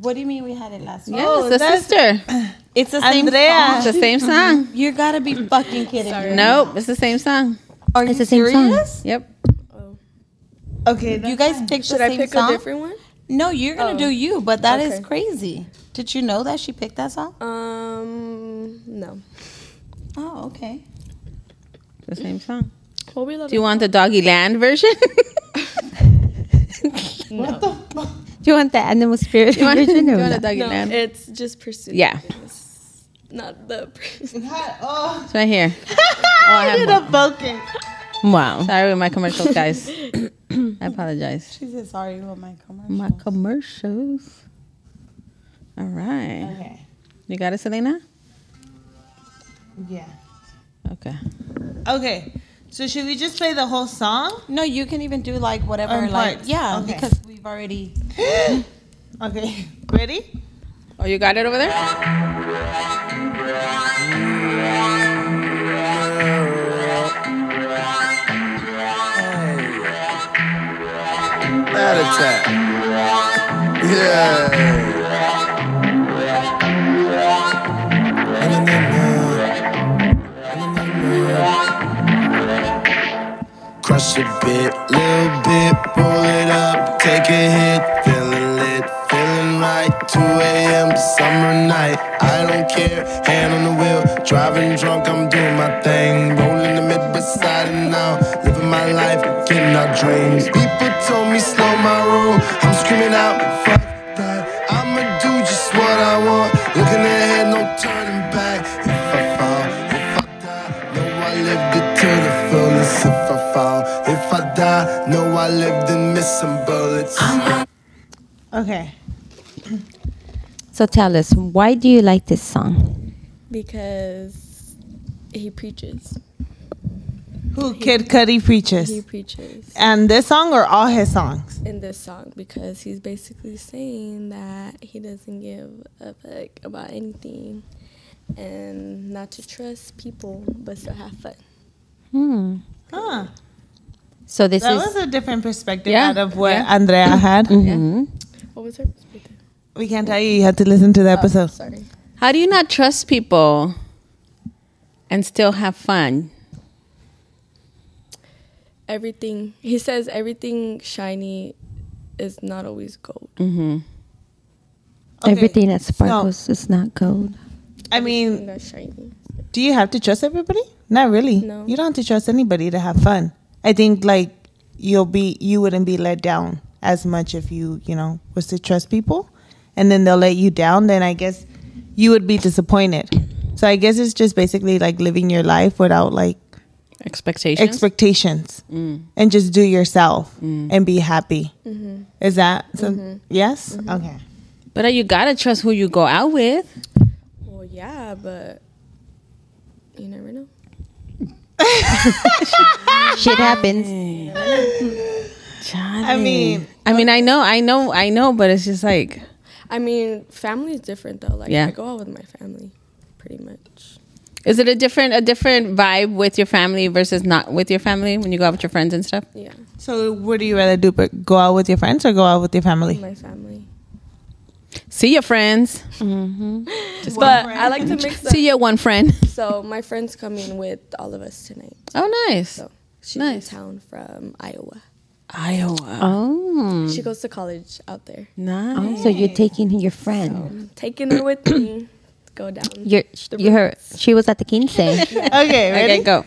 Speaker 4: What do you mean we had it last week? Oh,
Speaker 1: Yeah, it's the sister.
Speaker 4: It's the same
Speaker 1: It's the
Speaker 4: Andrea.
Speaker 1: same song.
Speaker 4: You gotta be fucking kidding me.
Speaker 1: Nope, it's the same song.
Speaker 4: Are
Speaker 2: It's
Speaker 4: you
Speaker 2: the same song.
Speaker 4: serious?
Speaker 1: Yep.
Speaker 4: Okay. You guys picked
Speaker 5: Should
Speaker 4: the
Speaker 5: I
Speaker 4: same
Speaker 5: pick
Speaker 4: song?
Speaker 5: a different one?
Speaker 4: No, you're gonna
Speaker 5: Oh.
Speaker 4: do you, but that is
Speaker 5: Okay.
Speaker 4: crazy. Did you know that she picked that song?
Speaker 5: Um, no.
Speaker 4: Oh, okay.
Speaker 1: It's The same song.
Speaker 5: What we love?
Speaker 1: Do you want the Doggy Land version?
Speaker 2: Do you want the animal spirit
Speaker 1: Do you want, do
Speaker 2: version?
Speaker 1: you
Speaker 2: or
Speaker 1: want the
Speaker 2: not?
Speaker 1: Doggy
Speaker 5: no,
Speaker 1: Land?
Speaker 5: it's just pursuit.
Speaker 1: Yeah.
Speaker 5: It's Not the.
Speaker 1: It's right here. Oh, I have one.
Speaker 2: Wow.
Speaker 1: Sorry with my commercials, guys. I apologize.
Speaker 4: She said sorry about my commercial.
Speaker 1: My commercials. All right.
Speaker 4: Okay.
Speaker 1: You got it, Selena?
Speaker 3: Yeah.
Speaker 1: Okay.
Speaker 3: Okay. So should we just play the whole song?
Speaker 4: No, you can even do like whatever,
Speaker 3: Um,
Speaker 4: like
Speaker 3: parts.
Speaker 4: yeah,
Speaker 3: Okay.
Speaker 4: because we've already.
Speaker 3: okay. Ready?
Speaker 1: Oh, you got it over there?
Speaker 6: Heart attack. Yeah. Crush a bit, little bit, pull it up, take a hit, feeling lit, feeling right. 2 a.m. summer night, I don't care, hand on the wheel, driving drunk, I'm doing my thing, rolling the mid beside it now, living my life, getting our dreams. People told me slow my roll, I'm screaming out, fuck that, I'ma do just what I want, looking ahead, no turning back. If I fall, if I die, no I lived it to the fullest. If I fall, if I die, no, I lived in missing bullets.
Speaker 3: Okay.
Speaker 2: So tell us, why do you like this song?
Speaker 5: Because he preaches.
Speaker 3: Who Kid Cudi
Speaker 5: He
Speaker 3: preaches?
Speaker 5: preaches
Speaker 3: And this song or all his songs?
Speaker 5: in this song because he's basically saying that he doesn't give a fuck about anything and not to trust people but still have fun.
Speaker 2: Hmm.
Speaker 3: Huh.
Speaker 2: So this
Speaker 3: That
Speaker 2: is
Speaker 3: was a different perspective
Speaker 1: Yeah.
Speaker 3: out of what
Speaker 1: Yeah.
Speaker 3: Andrea had.
Speaker 2: Mhm.
Speaker 5: What was her perspective?
Speaker 3: We can't tell you. You have to listen to the episode.
Speaker 5: Sorry.
Speaker 1: How do you not trust people and still have fun?
Speaker 5: Everything he says everything shiny is not always gold.
Speaker 1: Mm-hmm.
Speaker 3: Okay.
Speaker 2: everything that sparkles is not gold.
Speaker 3: I mean,
Speaker 5: Everything that's shiny.
Speaker 3: do you have to trust everybody? Not really.
Speaker 5: No.
Speaker 3: You don't have to trust anybody to have fun. I think like you'll be you wouldn't be let down as much if you, you know, was to trust people and then they'll let you down, then I guess you would be disappointed. So I guess it's just basically like living your life without like
Speaker 1: Expectations.
Speaker 3: expectations Mm. and just do yourself and be happy. Is that some yes? Okay.
Speaker 1: but uh, you gotta trust who you go out with.
Speaker 5: Well yeah, but you never know.
Speaker 2: Shit happens.
Speaker 3: I mean,
Speaker 1: I mean, I know, I know, I know, but it's just like
Speaker 5: I mean family is different though. Like
Speaker 1: Yeah.
Speaker 5: I go out with my family pretty much.
Speaker 1: Is it a different a different vibe with your family versus not with your family when you go out with your friends and stuff?
Speaker 5: Yeah.
Speaker 3: so what do you rather do? But go out with your friends or go out with your family?
Speaker 5: My family.
Speaker 1: See your friends.
Speaker 5: but I like to mix up.
Speaker 1: See your one friend.
Speaker 5: So my friend's coming with all of us tonight.
Speaker 1: Oh, nice.
Speaker 5: So she's
Speaker 1: Nice. Mm-hmm.
Speaker 5: in town from Iowa.
Speaker 1: Iowa.
Speaker 2: Oh.
Speaker 5: She goes to college out there.
Speaker 1: Nice.
Speaker 2: So you're taking your friend.
Speaker 5: Taking her with me. to Go down.
Speaker 2: Your, your, her, she was at the quince.
Speaker 3: Okay, ready?
Speaker 1: Okay, go.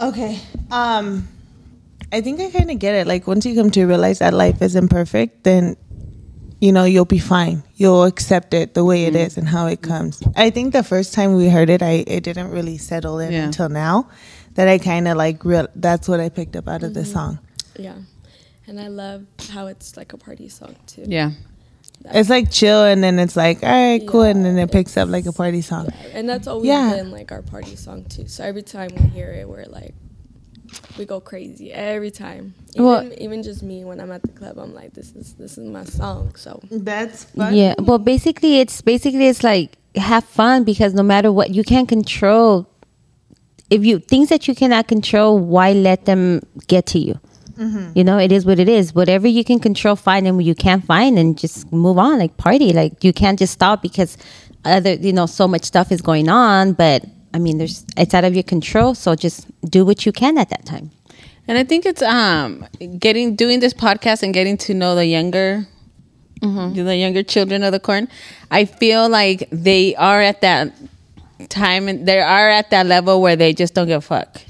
Speaker 3: Okay. Um I think I kind of get it. Like once you come to realize that life isn't perfect, then you know, you'll be fine. You'll accept it the way it
Speaker 2: Mm-hmm.
Speaker 3: is and how it comes. I think the first time we heard it, I it didn't really settle in
Speaker 1: Yeah.
Speaker 3: until now. that I kind of like real. That's what I picked up out of
Speaker 2: Mm-hmm.
Speaker 3: the song.
Speaker 5: Yeah. And I love how it's like a party song too.
Speaker 1: Yeah.
Speaker 3: It's like chill, and then it's like all right, cool, and then it picks up like a party song.
Speaker 5: And that's always
Speaker 3: Yeah.
Speaker 5: been like our party song too. So every time we hear it, we're like, we go crazy every time. Even,
Speaker 2: Well-
Speaker 5: even just me when I'm at the club, I'm like, this is this is my song. So
Speaker 3: That's
Speaker 2: Yeah. Well, basically, it's basically it's like have fun because no matter what, you can't control. If you things that you cannot control, why let them get to you? You know, it is what it is. Whatever you can control, find, and you can't find, and just move on. Like party, like you can't just stop because other, you know, so much stuff is going on. But I mean, there's it's out of your control, so just do what you can at that time.
Speaker 1: And I think it's um getting doing this podcast and getting to know the younger the younger children of the corn. I feel like they are at that time and they are at that level where they just don't give a fuck.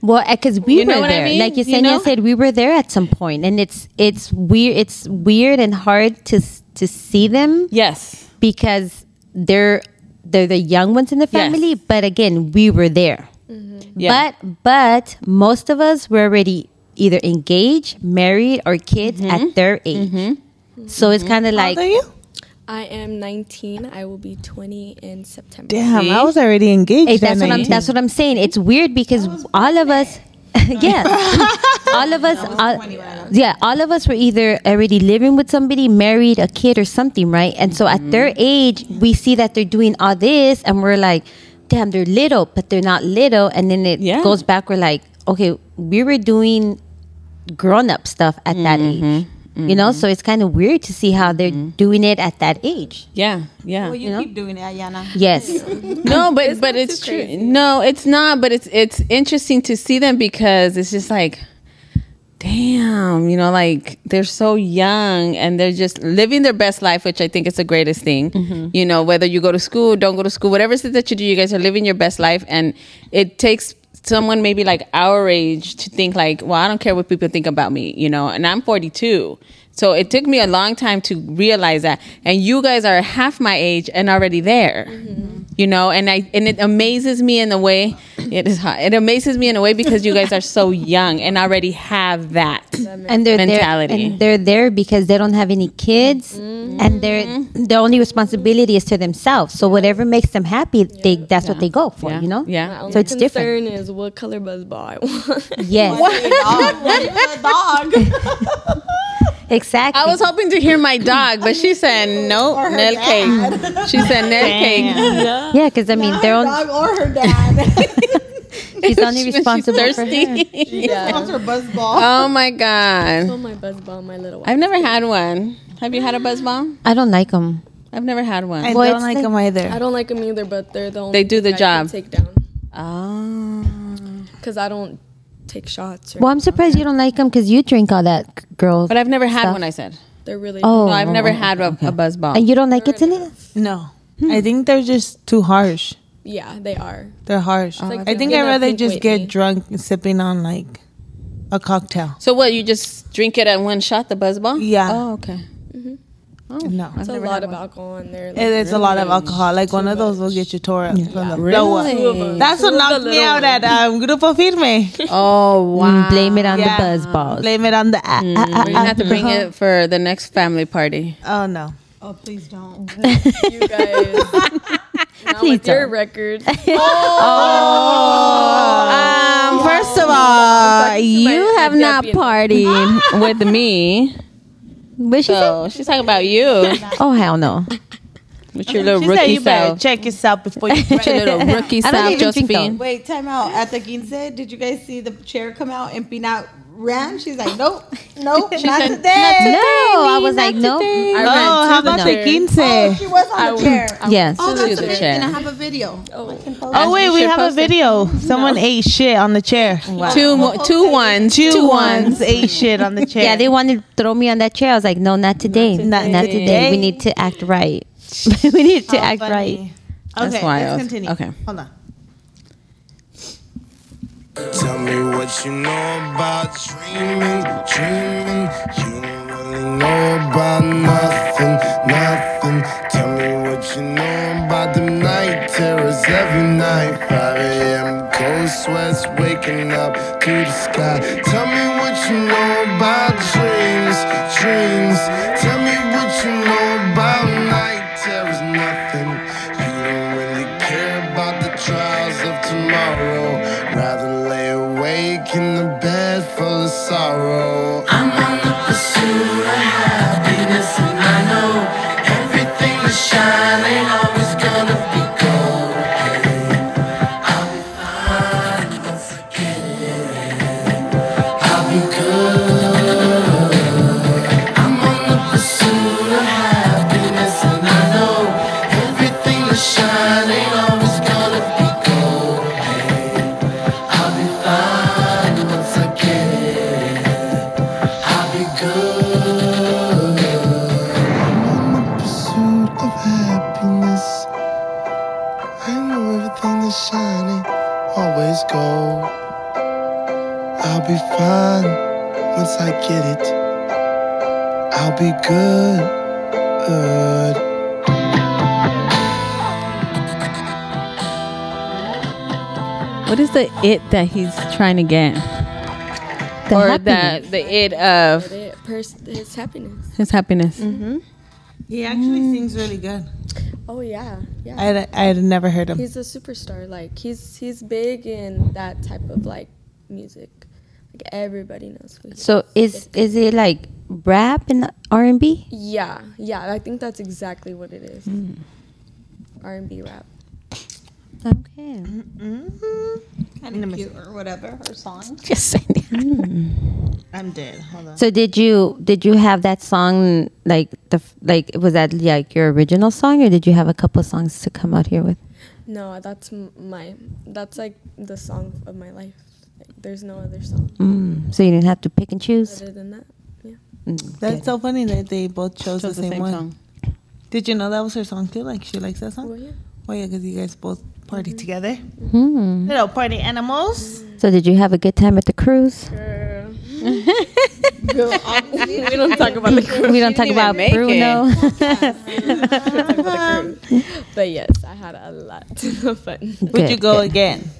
Speaker 2: Well, because we
Speaker 1: You know
Speaker 2: were
Speaker 1: what I
Speaker 2: there,
Speaker 1: mean?
Speaker 2: like
Speaker 1: You
Speaker 2: Yesenia
Speaker 1: know?
Speaker 2: said, we were there at some point, and it's it's weird, it's weird and hard to s- to see them
Speaker 1: Yes.
Speaker 2: because they're they're the young ones in the
Speaker 1: Yes.
Speaker 2: family, but again, we were there.
Speaker 1: Yeah.
Speaker 2: But but most of us were already either engaged, married, or kids
Speaker 1: Mm-hmm.
Speaker 2: at their age. So it's kind of like
Speaker 3: Are you?
Speaker 5: I am 19. I will be 20 in September.
Speaker 3: Damn, I was already engaged.
Speaker 2: Hey,
Speaker 3: at
Speaker 2: that's what I'm.
Speaker 3: 19.
Speaker 2: That's what I'm saying. It's weird because all of us, yeah, all of us, all, yeah, all of us were either already living with somebody, married, a kid, or something, right? And so at their age, we see that they're doing all this, and we're like, damn, they're little, but they're not little. And then it
Speaker 1: Yeah.
Speaker 2: goes back. We're like, okay, we were doing grown up stuff at that age, you know. So it's kind of weird to see how they're doing it at that age.
Speaker 1: Yeah. Yeah.
Speaker 4: Well, you, keep doing it, Ayana.
Speaker 2: Yes.
Speaker 1: no, but but it's true. No, it's not. But it's it's interesting to see them because it's just like, damn, you know, like they're so young and they're just living their best life, which I think is the greatest thing. You know, whether you go to school, don't go to school, whatever it is that you do, you guys are living your best life, and it takes someone maybe like our age to think like, well, I don't care what people think about me, you know, and I'm 42. So it took me a long time to realize that. And you guys are half my age and already there. You know, and I and it amazes me in a way. It is hot. It amazes me in a way because you guys are so young and already have that.
Speaker 2: and they're
Speaker 1: mentality. Mm.
Speaker 2: There, and they're there because they don't have any kids, and their their only responsibility is to themselves. So whatever makes them happy, they that's what they go for.
Speaker 1: Yeah.
Speaker 2: You know.
Speaker 5: My
Speaker 1: Yeah.
Speaker 5: only
Speaker 2: So it's different.
Speaker 5: concern is what color buzz ball I want.
Speaker 2: Yes. Exactly.
Speaker 1: I was hoping to hear my dog, but she said no Nell cake. She said Nell cake.
Speaker 2: yeah, because I mean, they're on.
Speaker 4: or her dad.
Speaker 2: She's only
Speaker 1: She's
Speaker 2: responsible for her.
Speaker 1: thirsty.
Speaker 4: That's her buzz ball.
Speaker 1: Oh my god.
Speaker 5: oh my buzz ball, my little one.
Speaker 1: I've never had one. Have you had a buzz bomb?
Speaker 2: I don't like them.
Speaker 1: I've never had one.
Speaker 3: I
Speaker 2: Well,
Speaker 3: don't
Speaker 2: it's
Speaker 3: like
Speaker 2: like-
Speaker 3: them
Speaker 5: I
Speaker 3: either.
Speaker 5: don't like them either, but they're the only
Speaker 1: They do the
Speaker 5: thing I can
Speaker 1: job.
Speaker 5: Take down
Speaker 1: Oh.
Speaker 5: because I don't take shots. Or
Speaker 2: Well, I'm surprised you don't like them because you drink all that, g- girl.
Speaker 1: But I've never had
Speaker 2: Stuff.
Speaker 1: one, I said.
Speaker 5: they're really.
Speaker 2: oh,
Speaker 1: No, I've never had a, a buzz bomb.
Speaker 2: and you don't like it, Selena?
Speaker 3: No, I think they're just too harsh.
Speaker 5: Yeah, they are.
Speaker 3: They're harsh.
Speaker 5: like
Speaker 3: I think
Speaker 5: drinking
Speaker 3: I'd
Speaker 5: a
Speaker 3: rather
Speaker 5: Pink
Speaker 3: just
Speaker 5: Whitney.
Speaker 3: get drunk and sipping on like a cocktail.
Speaker 1: so what, you just drink it at one shot, the buzz bomb?
Speaker 3: Yeah.
Speaker 1: Oh, okay.
Speaker 3: No,
Speaker 5: It's a lot of alcohol in there.
Speaker 3: It-
Speaker 5: Like,
Speaker 3: it's a lot of alcohol. Like one of those will get you tore up. From the
Speaker 5: two of us.
Speaker 3: That's what knocked me out at um, Grupo Firme.
Speaker 1: Oh wow!
Speaker 2: Mm, Blame it on
Speaker 3: Yeah.
Speaker 2: the buzz Mm. balls.
Speaker 3: Blame it on the. ah, ah, ah,
Speaker 1: We're gonna have to bring
Speaker 3: alcohol.
Speaker 1: it for the next family party.
Speaker 3: Oh no.
Speaker 4: Oh, please don't.
Speaker 5: you guys. Not
Speaker 2: Please
Speaker 5: with your
Speaker 2: don't.
Speaker 5: record.
Speaker 1: Um, first of all, you
Speaker 5: my
Speaker 1: have not
Speaker 5: deputy.
Speaker 1: partied with me,
Speaker 2: What'd she
Speaker 1: so she's talking about you
Speaker 2: say? Oh hell no!
Speaker 1: with your little
Speaker 3: She said
Speaker 1: rookie
Speaker 3: you better
Speaker 1: self.
Speaker 3: check yourself before you.
Speaker 1: With your little rookie
Speaker 2: I don't
Speaker 1: self,
Speaker 2: even drink,
Speaker 1: Josephine.
Speaker 4: Wait, time out. At the quince, did you guys see the chair come out and be out Ram? She's like, nope, nope, not
Speaker 1: said,
Speaker 2: No,
Speaker 4: today.
Speaker 2: I was like, no.
Speaker 1: I
Speaker 3: Oh,
Speaker 1: ran to
Speaker 3: how
Speaker 1: the
Speaker 3: about
Speaker 1: number.
Speaker 3: the quince?
Speaker 4: Oh, she was on the chair.
Speaker 2: Yes.
Speaker 4: Oh,
Speaker 1: To
Speaker 4: that's
Speaker 1: the
Speaker 4: the
Speaker 1: chair.
Speaker 4: chair. And I have a video.
Speaker 3: Oh wait,
Speaker 1: you
Speaker 3: we
Speaker 1: should
Speaker 3: have a
Speaker 1: post it.
Speaker 3: video. Someone ate shit on the chair.
Speaker 1: Two, mo- two ones,
Speaker 3: Oh, Two
Speaker 1: two
Speaker 3: ones
Speaker 1: ones.
Speaker 3: ate shit on the chair.
Speaker 2: Yeah, they wanted to throw me on that chair. I was like, no, not today. Not, not today. We need to act right. we need to act right.
Speaker 3: Okay,
Speaker 1: That's wild.
Speaker 3: let's continue.
Speaker 1: Okay.
Speaker 3: hold on.
Speaker 6: Tell me what you know about dreaming, dreaming. You don't really know about nothing, nothing. Tell me what you know about the night terrors every night. 5 a.m. cold sweats waking up to the sky. Tell me what you know about dreams, dreams. Tell me what you know about night terrors, nothing. You don't really care about the trials of tomorrow. Rather lay awake in the bed full of sorrow. I'm on the pursuit of happiness, and I know everything that shine ain't always gonna be gold. I'll be good. I'm on the pursuit of happiness, and I know everything that shine ain't always gonna be gold. I'll be fine once I get it. I'll be good. I'm on the pursuit of happiness. I know everything that shine ain't always gold. I'll be fine once I get it. I'll be good.
Speaker 1: What is the it that he's trying to get?
Speaker 2: The
Speaker 1: or
Speaker 2: happiness.
Speaker 1: the the it of
Speaker 5: It pers- his happiness.
Speaker 1: his happiness.
Speaker 3: Mm-hmm. He actually sings really good.
Speaker 5: Oh yeah, yeah.
Speaker 3: I I'd never heard him.
Speaker 5: he's a superstar. Like he's he's big in that type of like music. Like everybody knows who he is.
Speaker 2: So is is it like rap and R and B?
Speaker 5: Yeah, yeah. I think that's exactly what it is. R and B rap.
Speaker 2: Okay.
Speaker 3: Mm-hmm.
Speaker 4: Kind of cute or whatever, or song.
Speaker 1: Just saying.
Speaker 3: I'm dead. Hold on.
Speaker 2: So did you did you have that song like the f- like was that like your original song or did you have a couple songs to come out here with?
Speaker 5: No, that's m- my. That's like the song of my life. Like, there's no other song
Speaker 2: Mm. So you didn't have to pick and choose.
Speaker 5: other than that. Yeah.
Speaker 3: That's so funny that they both chose,
Speaker 1: Chose
Speaker 3: the same, one. Did you know that was her song too? Like she likes that song.
Speaker 5: Well, yeah.
Speaker 3: Oh yeah, because you guys both party together.
Speaker 2: Hmm.
Speaker 3: Little party animals.
Speaker 2: So did you have a good time at the cruise?
Speaker 1: We don't talk about the
Speaker 2: We don't talk about
Speaker 1: make
Speaker 2: Bruno.
Speaker 5: But yes, I had a lot of fun.
Speaker 3: Would
Speaker 2: Good,
Speaker 3: you go
Speaker 2: good.
Speaker 3: again?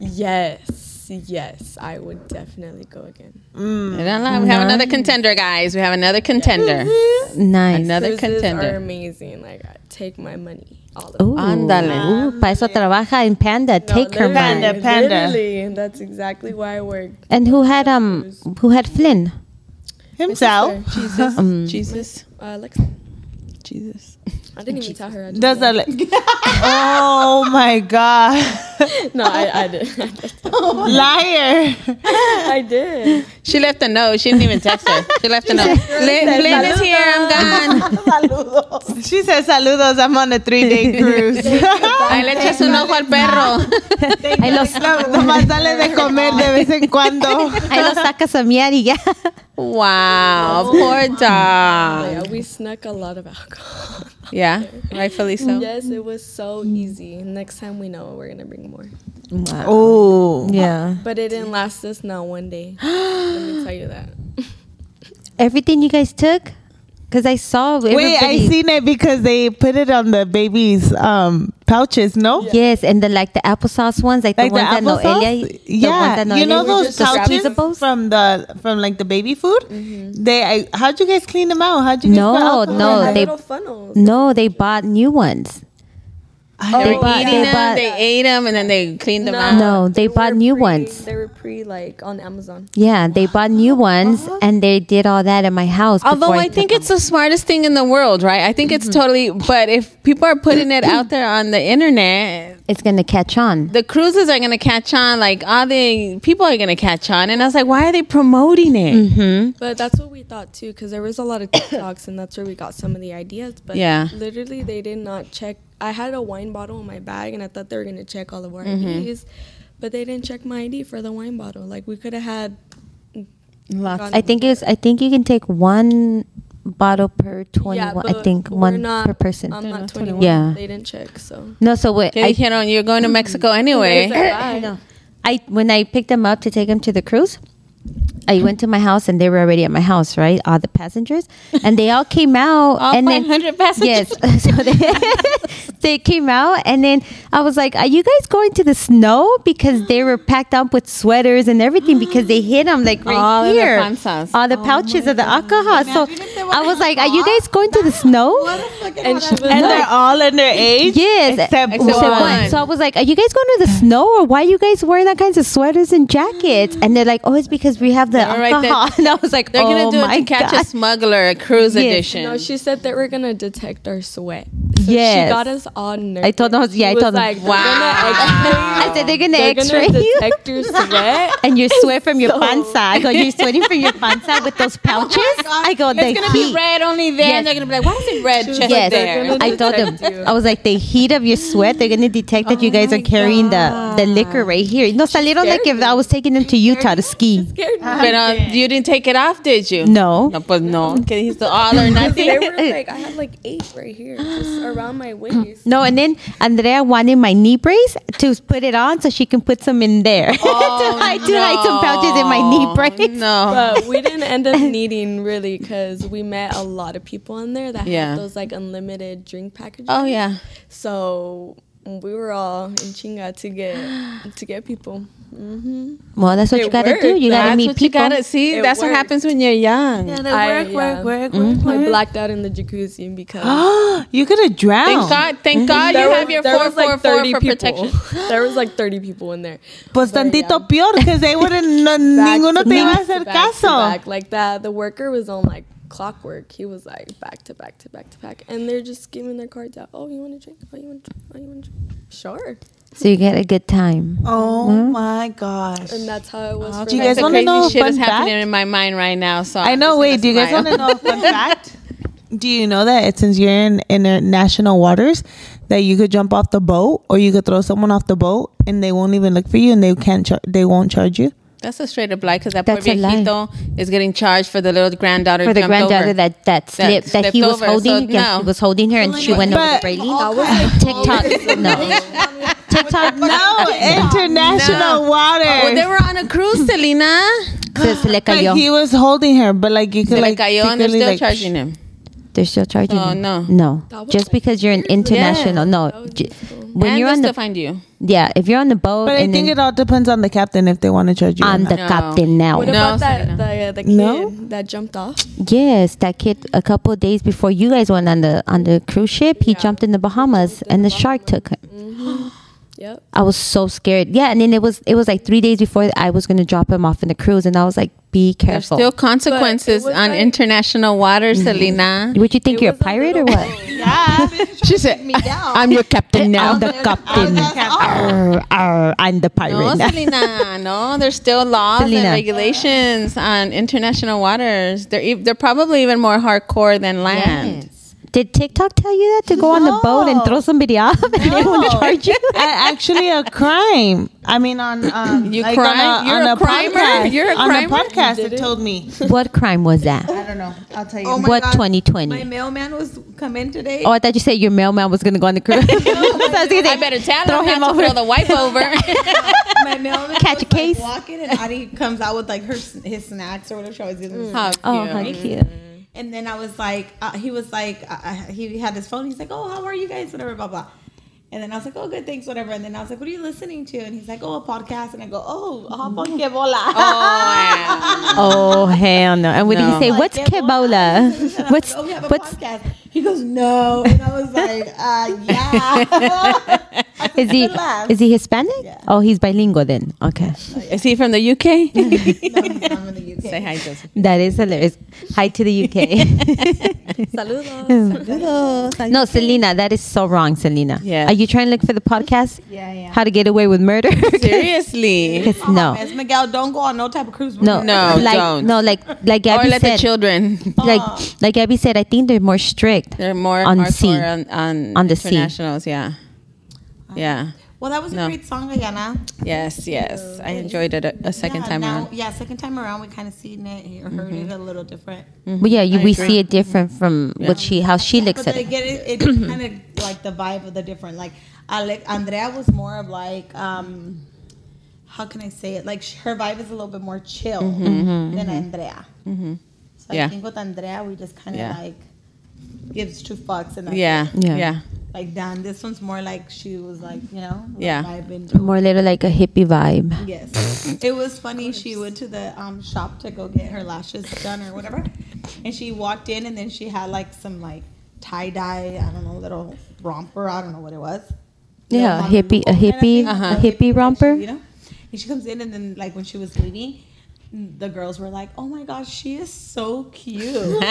Speaker 5: Yes, yes, I would definitely go again.
Speaker 1: We have another contender, guys. We have another contender.
Speaker 2: Nice.
Speaker 1: Another
Speaker 5: Cruises are
Speaker 1: contender.
Speaker 5: amazing. Like, I take my money, all of
Speaker 2: Ooh.
Speaker 5: it.
Speaker 1: Ándale.
Speaker 2: Ooh, pa eso trabaja en Panda. Take her
Speaker 5: literally,
Speaker 2: money.
Speaker 3: Panda, Panda.
Speaker 5: Literally, that's exactly why I work.
Speaker 2: And who had um who had Flynn? Um,
Speaker 3: Himself.
Speaker 5: Jesus,
Speaker 1: Jesus.
Speaker 5: uh, Alexa.
Speaker 1: Jesus.
Speaker 5: I didn't even tell her. I just
Speaker 3: Does that? Like, oh my god,
Speaker 5: no, I, I did.
Speaker 3: liar!
Speaker 5: I
Speaker 2: Um,
Speaker 5: did.
Speaker 1: She left a note. She didn't even text her. She left a note. Lynn, Lynn is here. I'm gone.
Speaker 3: She said, "Saludos, I'm on a three-day cruise."
Speaker 1: I le echas un ojo al perro.
Speaker 2: Ahí los
Speaker 3: Nomás dale de comer de vez en cuando.
Speaker 2: ahí los sacas a miar y ya.
Speaker 1: Wow. Poor
Speaker 5: But
Speaker 1: dog.
Speaker 5: yeah, we snuck a lot of alcohol.
Speaker 1: Yeah. Rightfully so.
Speaker 5: Yes, it was so easy. Next time we know we're gonna bring more.
Speaker 3: Oh,
Speaker 2: Yeah.
Speaker 5: But it didn't last us not one day. Let me tell you that.
Speaker 2: Everything you guys took, because I saw everybody.
Speaker 3: wait, I seen it because they put it on the baby's um pouches. No,
Speaker 2: Yes, and the like the applesauce ones, like,
Speaker 3: like
Speaker 2: the ones that
Speaker 3: the
Speaker 2: Noelia,
Speaker 3: applesauce.
Speaker 2: the
Speaker 3: Yeah,
Speaker 2: ones that
Speaker 3: you
Speaker 2: Noelia
Speaker 3: know those
Speaker 2: used, the
Speaker 3: pouches
Speaker 2: squeezables?
Speaker 3: from the from like the baby food. They, I, how'd you guys clean them out? How'd you? Guys
Speaker 2: No,
Speaker 3: put
Speaker 2: no,
Speaker 3: alcohol in
Speaker 5: Our
Speaker 3: them?
Speaker 2: they-
Speaker 5: little funnels.
Speaker 2: No, they bought new ones.
Speaker 1: They were
Speaker 2: bought-
Speaker 1: eating
Speaker 2: they
Speaker 1: them.
Speaker 2: bought-
Speaker 1: They ate them and then they cleaned them out.
Speaker 2: No, they bought
Speaker 5: Uh, were
Speaker 2: new
Speaker 5: pre-
Speaker 2: ones.
Speaker 5: They were pre like on Amazon.
Speaker 2: Yeah, they bought new
Speaker 5: Uh-huh.
Speaker 2: ones, and they did all that at my house.
Speaker 1: Although
Speaker 2: before
Speaker 1: I
Speaker 2: took
Speaker 1: think
Speaker 2: them.
Speaker 1: it's the smartest thing in the world, right? I think it's totally. But if people are putting it out there on the internet,
Speaker 2: it's gonna catch on.
Speaker 1: the cruises are going to catch on. Like all the people are going to catch on, and I was like, why are they promoting it?
Speaker 5: But that's what we thought too, because there was a lot of TikToks, and that's where we got some of the ideas. But
Speaker 1: Yeah.
Speaker 5: literally, they did not check. I had a wine bottle in my bag, and I thought they were gonna check all of our
Speaker 2: Mm-hmm.
Speaker 5: IDs, but they didn't check my ID for the wine bottle. Like we could have had.
Speaker 1: Lots.
Speaker 5: gone-
Speaker 2: Uh, I think it's. I think you can take one bottle per twenty.
Speaker 5: Yeah,
Speaker 2: I
Speaker 5: but
Speaker 2: think
Speaker 5: we're
Speaker 2: one
Speaker 5: not-
Speaker 2: per person.
Speaker 5: I'm not 21.
Speaker 1: 21.
Speaker 2: Yeah.
Speaker 5: They didn't check, so.
Speaker 2: no, so wait.
Speaker 1: They
Speaker 2: I,
Speaker 1: dijeron, you're going to Mexico
Speaker 5: They
Speaker 1: anyway.
Speaker 5: said, "Bye."
Speaker 2: I when I picked them up to take them to the cruise, I went to my house and they were already at my house, right? All the passengers, and they all came out.
Speaker 1: All
Speaker 2: and then
Speaker 1: 500 passengers?
Speaker 2: Yes, so they, they came out, and then I was like, "Are you guys going to the snow?" Because they were packed up with sweaters and everything because they hid them like right
Speaker 1: All of the Oh
Speaker 2: here,
Speaker 1: panzas.
Speaker 2: all the pouches of the alcohol. So
Speaker 4: Imagine if they were
Speaker 2: I was
Speaker 4: on
Speaker 2: like, "Are you
Speaker 4: top.
Speaker 2: guys going to the snow?"
Speaker 5: And she
Speaker 3: And
Speaker 5: was like,
Speaker 3: they're all underage.
Speaker 2: Yes,
Speaker 3: Except
Speaker 2: except
Speaker 3: one.
Speaker 2: one. So I was like, "Are you guys going to the snow, or why are you guys wearing that kinds of sweaters and jackets?" And they're like, "Oh, it's because we have the
Speaker 1: All right,
Speaker 2: alcohol."
Speaker 1: they're-
Speaker 2: and I was like,
Speaker 1: They're
Speaker 2: "Oh
Speaker 1: gonna do
Speaker 2: my
Speaker 1: it to catch
Speaker 2: God."
Speaker 1: a smuggler, a cruise
Speaker 2: Yes.
Speaker 1: edition.
Speaker 5: No, she said that we're gonna detect our sweat. So
Speaker 2: Yes.
Speaker 5: she got us all nervous.
Speaker 2: I told them- yeah, I
Speaker 5: She was
Speaker 2: told them.
Speaker 5: like,
Speaker 1: Wow.
Speaker 2: I
Speaker 5: Wow.
Speaker 2: said they're gonna
Speaker 5: They're
Speaker 2: X-ray
Speaker 5: gonna
Speaker 2: you,
Speaker 5: detect your sweat.
Speaker 2: and you sweat from your panza. I go, "You're sweating from your panza with those pouches." I go, "They
Speaker 1: it's gonna be
Speaker 2: heat."
Speaker 1: red only there,
Speaker 2: Yes.
Speaker 1: and they're gonna be like, "Why is it red just
Speaker 2: Yes,
Speaker 1: there?"
Speaker 5: gonna
Speaker 2: I told
Speaker 5: detect you.
Speaker 2: them. I was like, the heat of your sweat, they're gonna detect that you guys are carrying the, the liquor right here. No, salieron like if I was taking them to Utah to ski.
Speaker 5: Scared me.
Speaker 1: But uh, you didn't take it off, did you?
Speaker 2: No.
Speaker 1: No, but no. Okay, he's the all or nothing.
Speaker 5: They were like, I have like eight right here, just around my waist.
Speaker 2: No, and then Andrea wanted my knee brace to put it on so she can put some in
Speaker 1: Oh,
Speaker 2: there. to hide, to hide some pouches in my knee brace.
Speaker 1: No.
Speaker 5: But we didn't end up needing really because we met a lot of people in there that
Speaker 1: Yeah.
Speaker 5: had those like unlimited drink packages.
Speaker 1: Oh yeah.
Speaker 5: So we were all in chinga to get to get people. hmm
Speaker 2: Well, that's what
Speaker 5: It
Speaker 2: you gotta do.
Speaker 5: worked.
Speaker 2: You gotta
Speaker 1: That's
Speaker 2: meet
Speaker 1: what
Speaker 2: people.
Speaker 1: you gotta see.
Speaker 5: It
Speaker 1: that's what
Speaker 5: worked.
Speaker 1: happens when you're young.
Speaker 3: Work,
Speaker 5: I- yeah.
Speaker 3: work, work,
Speaker 1: Mm-hmm.
Speaker 5: I
Speaker 3: work, work.
Speaker 5: blacked out in the jacuzzi because
Speaker 3: you could have drowned.
Speaker 1: Thank God.
Speaker 2: Mm-hmm.
Speaker 1: Thank God Oh, you have your four four four for protection.
Speaker 5: there was like 30 people in there.
Speaker 3: Pues
Speaker 5: But, yeah.
Speaker 3: tantito peor, because they wouldn't, no,
Speaker 5: Back
Speaker 3: ninguno
Speaker 5: to
Speaker 3: te iba a
Speaker 5: back to
Speaker 3: hacer
Speaker 5: back to
Speaker 3: caso.
Speaker 5: back. Like that, the worker was on like clockwork. He was like back to back to back to back, and they're just giving their cards out. Oh, you want to drink? Oh, you want to drink? Oh, you want to drink? Sure.
Speaker 2: So you get a good time.
Speaker 3: Oh my gosh.
Speaker 5: And that's how it was. for
Speaker 3: Oh, Do you
Speaker 5: her.
Speaker 3: guys
Speaker 1: The
Speaker 3: wanna
Speaker 1: crazy
Speaker 3: know a
Speaker 1: shit
Speaker 3: fun
Speaker 1: is happening
Speaker 3: fact?
Speaker 1: in my mind right now. So
Speaker 3: I
Speaker 1: I'm
Speaker 3: know.
Speaker 1: just
Speaker 3: Wait,
Speaker 1: gonna
Speaker 3: do you guys
Speaker 1: smile.
Speaker 3: want to know a fun fact? Do you know that since you're in international waters, that you could jump off the boat or you could throw someone off the boat and they won't even look for you and they can't char- they won't charge you?
Speaker 1: That's a straight up lie because that poor
Speaker 2: That's a lie.
Speaker 1: viejito is getting charged for the little granddaughter
Speaker 2: For the
Speaker 1: jumped
Speaker 2: granddaughter
Speaker 1: over.
Speaker 2: that that slip that,
Speaker 1: slipped
Speaker 2: he was
Speaker 1: over, so
Speaker 2: holding, yeah,
Speaker 1: no.
Speaker 2: he was holding her, and she went over the
Speaker 3: But-
Speaker 2: railing.
Speaker 3: That
Speaker 2: TikTok, no, TikTok,
Speaker 3: No, international waters.
Speaker 1: Oh, they were on a cruise, Selena.
Speaker 2: Se- se le
Speaker 3: like
Speaker 2: cayó.
Speaker 3: he was holding her, but like you could
Speaker 1: Like,
Speaker 3: like
Speaker 1: cayó and they're
Speaker 3: secretly,
Speaker 1: still
Speaker 3: like,
Speaker 1: charging him.
Speaker 2: They're still charging.
Speaker 1: Oh,
Speaker 2: him.
Speaker 1: no.
Speaker 2: no,
Speaker 5: That was
Speaker 2: just
Speaker 5: like
Speaker 2: because you're an
Speaker 5: years ago.
Speaker 2: international,
Speaker 5: That
Speaker 2: no.
Speaker 5: was
Speaker 2: J-
Speaker 5: years ago.
Speaker 2: When
Speaker 1: and
Speaker 2: you're
Speaker 1: they'll
Speaker 2: on
Speaker 1: still
Speaker 2: the
Speaker 1: find you.
Speaker 2: yeah, if you're on the boat,
Speaker 3: But I
Speaker 2: and
Speaker 3: think
Speaker 2: then
Speaker 3: it all depends on the captain if they want to charge you. or
Speaker 2: I'm
Speaker 3: not.
Speaker 2: the
Speaker 1: No.
Speaker 2: captain now.
Speaker 5: What
Speaker 1: No,
Speaker 5: about that
Speaker 1: Selena.
Speaker 5: the, uh, the kid
Speaker 3: No?
Speaker 5: that jumped off?
Speaker 2: Yes, that kid. A couple of days before you guys went on the on the cruise ship, he jumped in the Bahamas, and the shark took him.
Speaker 5: Yep.
Speaker 2: I was so scared. Yeah, and then it was it was like three days before I was gonna drop him off in the cruise, and I was like, "Be
Speaker 1: There's
Speaker 2: careful."
Speaker 1: still consequences
Speaker 5: was
Speaker 1: on
Speaker 5: like-
Speaker 1: international water,
Speaker 2: Mm-hmm.
Speaker 1: Selena.
Speaker 2: Would you think
Speaker 5: It
Speaker 2: you're a
Speaker 5: was a
Speaker 2: pirate or
Speaker 5: little
Speaker 2: what?
Speaker 1: She said,
Speaker 4: me
Speaker 2: "Ah,
Speaker 4: down.
Speaker 1: "I'm your captain now."
Speaker 2: I'm the captain. Arr, arr, I'm the pirate.
Speaker 1: No,
Speaker 2: now.
Speaker 1: Selena. No, there's still laws
Speaker 2: Selena.
Speaker 1: and regulations on international waters. They're e- they're probably even more hardcore than land.
Speaker 2: Did TikTok tell you that to go on the boat and
Speaker 3: No.
Speaker 2: throw somebody off and they won't
Speaker 3: No.
Speaker 2: charge you?
Speaker 3: A- actually a crime. I mean, on um,
Speaker 1: You
Speaker 3: like
Speaker 1: crime-
Speaker 3: On a,
Speaker 1: you're
Speaker 3: on
Speaker 1: a
Speaker 3: a
Speaker 1: crimer?
Speaker 3: podcast.
Speaker 1: You're a
Speaker 3: on
Speaker 1: crimer?
Speaker 3: a podcast. It told me.
Speaker 2: what crime was that?
Speaker 3: I don't know. I'll tell you.
Speaker 4: Oh my
Speaker 2: what
Speaker 4: God.
Speaker 2: 2020?
Speaker 4: My mailman was come in today.
Speaker 2: Oh, I thought you said your mailman was gonna go on the cruise. So I was gonna say,
Speaker 1: I better tell
Speaker 2: throw
Speaker 1: him,
Speaker 2: him
Speaker 1: not
Speaker 2: over.
Speaker 1: to throw the wife over.
Speaker 4: my mailman
Speaker 2: Catch a
Speaker 4: was,
Speaker 2: case.
Speaker 4: Like walking and Adi comes out with like her s- his snacks or whatever she always gives him.
Speaker 1: How
Speaker 2: Oh,
Speaker 1: cute.
Speaker 2: how cute.
Speaker 4: And then I was like, uh, he was like, uh, uh, he had his phone. He's like, oh, how are you guys? Whatever, blah blah. And then I was like, oh, good, thanks, whatever. And then I was like, what are you listening to? And he's like, oh, a podcast. And I go, oh, ah, pon
Speaker 2: Mm.
Speaker 4: que bola.
Speaker 1: Oh,
Speaker 2: Oh hell no! And when
Speaker 1: No.
Speaker 2: he say, "What's
Speaker 4: Like, yeah, bola.
Speaker 2: Kebola?
Speaker 4: And I was
Speaker 2: What's
Speaker 4: like, oh, we have a
Speaker 2: what's
Speaker 4: podcast. He goes, no. And I was like, uh, yeah.
Speaker 2: is he
Speaker 4: Relax.
Speaker 2: is he Hispanic? Oh, he's bilingual then. Okay,
Speaker 1: yeah. Is he from the UK?
Speaker 4: no, he's not from the UK.
Speaker 1: Say hi, Joseph.
Speaker 2: that is hilarious. Hi to the UK.
Speaker 5: Saludos.
Speaker 2: no, Selena, that is so wrong, Selena.
Speaker 1: Yeah.
Speaker 2: Are you trying to look for the podcast?
Speaker 4: Yeah, yeah. Oh,
Speaker 2: How to get away with murder?
Speaker 1: Seriously.
Speaker 2: 'Cause no,
Speaker 4: Miss Miguel, don't go on no type of cruise.
Speaker 2: no,
Speaker 1: No,
Speaker 2: like
Speaker 1: don't.
Speaker 2: no, like like
Speaker 1: Or
Speaker 2: Gabby
Speaker 1: let the
Speaker 2: said,
Speaker 1: children.
Speaker 4: Oh.
Speaker 2: like like Gabby said, I think they're more strict.
Speaker 1: They're more
Speaker 2: On
Speaker 1: hardcore
Speaker 2: sea.
Speaker 1: on on,
Speaker 2: On the sea. Ah.
Speaker 1: internationals. Yeah, yeah.
Speaker 4: Well, that was
Speaker 1: No.
Speaker 4: a great song, Ayana.
Speaker 1: Yes, yes. I enjoyed it a, a second
Speaker 4: yeah,
Speaker 1: time
Speaker 4: now,
Speaker 1: around. Mm-hmm.
Speaker 4: Yeah, second time around, we kind of seen it or heard it a little different.
Speaker 2: But yeah, you, we
Speaker 1: agree.
Speaker 2: see it different from what she how she looks
Speaker 4: but
Speaker 2: at
Speaker 4: they
Speaker 2: it.
Speaker 4: get it. It kind of like the vibe of the different. Like Ale- Andrea was more of like um, how can I say it? Like sh- her vibe is a little bit more chill
Speaker 1: Mm-hmm,
Speaker 4: than Andrea. So
Speaker 1: Yeah.
Speaker 4: I think with Andrea, we just kind of
Speaker 1: Yeah.
Speaker 4: like gives two fucks and like,
Speaker 1: Yeah.
Speaker 2: Yeah.
Speaker 1: Yeah. Yeah.
Speaker 4: like Dan. This one's more like she was like you know like
Speaker 1: Yeah.
Speaker 4: vibing.
Speaker 2: More little like a hippie vibe.
Speaker 4: Yes. It was funny. She went to the um, shop to go get her lashes done or whatever. And she walked in and then she had like some like tie dye, I don't know, little romper. I don't know what it was.
Speaker 2: Yeah, a
Speaker 4: Little
Speaker 2: hippie, a
Speaker 4: mom-
Speaker 2: hippie,
Speaker 4: Uh-huh.
Speaker 2: a hippie
Speaker 4: You
Speaker 2: romper.
Speaker 4: know? And she comes in and then like when she was leaving, the girls were like, oh my gosh, she is so cute.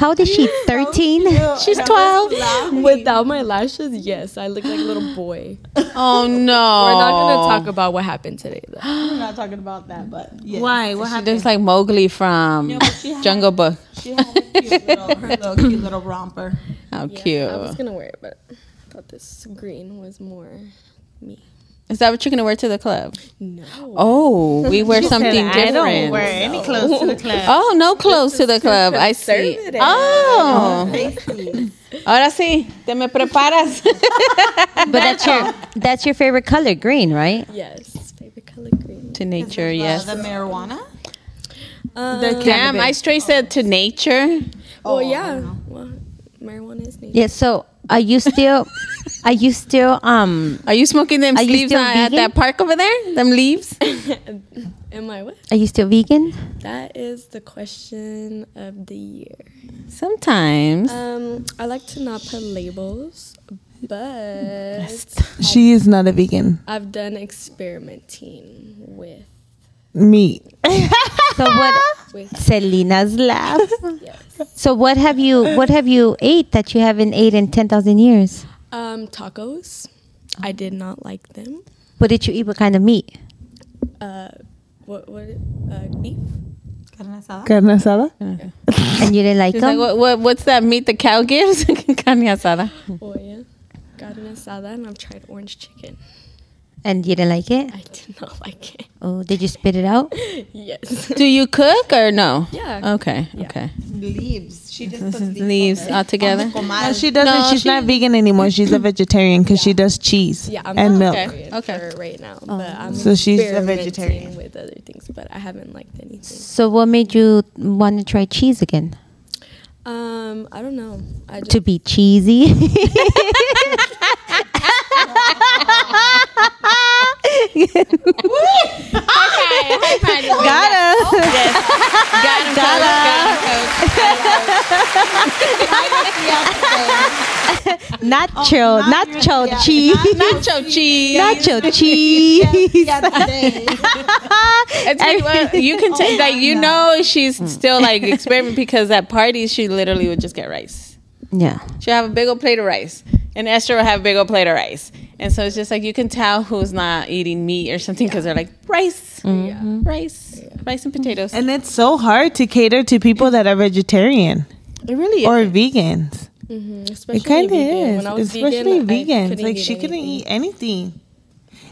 Speaker 2: How old is she? Thirteen. She's twelve.
Speaker 5: Without my lashes, yes, I look like a little boy.
Speaker 1: Oh no. We're
Speaker 5: We're not gonna talk about what happened today, though.
Speaker 4: We're not talking about that, but yeah.
Speaker 1: Why? What happened? She looks like Mowgli from
Speaker 4: No, but she had-
Speaker 1: Jungle Book.
Speaker 4: She had a cute little, her little cute little romper.
Speaker 1: How
Speaker 5: I was
Speaker 1: cute!
Speaker 5: gonna wear it, but I thought this green was more me.
Speaker 1: Is that what you're gonna wear to the club?
Speaker 5: No.
Speaker 1: Oh, we wear something different.
Speaker 3: any clothes to the club.
Speaker 1: Oh, no clothes to the club. I see.
Speaker 5: conservative.
Speaker 1: Oh,
Speaker 4: Tasty.
Speaker 1: ahora sí, te me preparas.
Speaker 2: But that's your that's your favorite color, green, right?
Speaker 5: Yes, favorite color green.
Speaker 1: to nature, yes.
Speaker 4: Uh, the marijuana?
Speaker 5: Um,
Speaker 1: Damn, I straight said to nature.
Speaker 5: oh yeah. Well, marijuana is nature.
Speaker 2: Yeah. So are you still are you still um
Speaker 1: Are you smoking them
Speaker 2: Are you
Speaker 1: leaves
Speaker 2: still
Speaker 1: at, at
Speaker 2: vegan?
Speaker 1: that park over there? Them leaves?
Speaker 5: Am I what?
Speaker 2: are you still vegan?
Speaker 5: That is the question of the year.
Speaker 1: Sometimes.
Speaker 5: Um, I like to not put labels, but
Speaker 1: Oh.
Speaker 3: She is not a vegan.
Speaker 5: I've done experimenting with
Speaker 3: Meat.
Speaker 2: So what?
Speaker 5: With-
Speaker 2: Selena's laugh.
Speaker 5: yes.
Speaker 2: So what have you what have you ate that you haven't ate in ten thousand years?
Speaker 5: Um, tacos. I did not like them.
Speaker 2: What did you eat? What kind of meat?
Speaker 5: Uh, what? What? Uh, beef.
Speaker 4: Carne asada?
Speaker 3: Carne asada?
Speaker 2: And you didn't like
Speaker 1: She's like,
Speaker 2: them?
Speaker 1: what, what, what's that meat the cow gives? Carne asada.
Speaker 5: Oh yeah. Carne asada, and I've tried orange chicken.
Speaker 2: and you didn't like it?
Speaker 5: I did not like it.
Speaker 2: Oh, did you spit it out?
Speaker 5: Yes.
Speaker 1: Do you cook or no?
Speaker 5: yeah.
Speaker 1: Okay, okay.
Speaker 4: Leaves. She just puts leaves.
Speaker 1: Leaves all together.
Speaker 4: Comal.
Speaker 3: No, Uh, she doesn't.
Speaker 1: No,
Speaker 3: she's
Speaker 1: she-
Speaker 3: not vegan anymore. She's a vegetarian because she does cheese
Speaker 5: Yeah, I'm
Speaker 3: and
Speaker 5: not
Speaker 3: milk.
Speaker 5: vegetarian
Speaker 1: Okay.
Speaker 5: for right now, but I'm
Speaker 3: So she's a
Speaker 5: experimenting
Speaker 3: vegetarian.
Speaker 5: with other things, but I haven't liked anything.
Speaker 2: So what made you want to try cheese again?
Speaker 5: Um, I don't know. I just
Speaker 2: To be cheesy?
Speaker 5: Oh,
Speaker 2: Nacho, nacho cheese,
Speaker 1: Nacho cheese.
Speaker 2: nacho cheese.
Speaker 1: It's like, well, you can tell, like, you know, she's still like experimenting because at parties she literally would just get rice.
Speaker 2: Yeah,
Speaker 1: She'll have a big old plate of rice, and Esther will have a big old plate of rice. And so it's just like you can tell who's not eating meat or something because they're like rice, rice, rice and potatoes.
Speaker 3: And it's so hard to cater to people that are vegetarian
Speaker 1: it really
Speaker 3: or
Speaker 1: is.
Speaker 3: vegans.
Speaker 5: Mhm, especially
Speaker 3: It kind of
Speaker 5: vegan. When I
Speaker 3: is,
Speaker 5: was
Speaker 3: especially
Speaker 5: vegan, I
Speaker 3: vegans.
Speaker 5: couldn't
Speaker 3: like
Speaker 5: eat
Speaker 3: she couldn't
Speaker 5: anything.
Speaker 3: eat anything.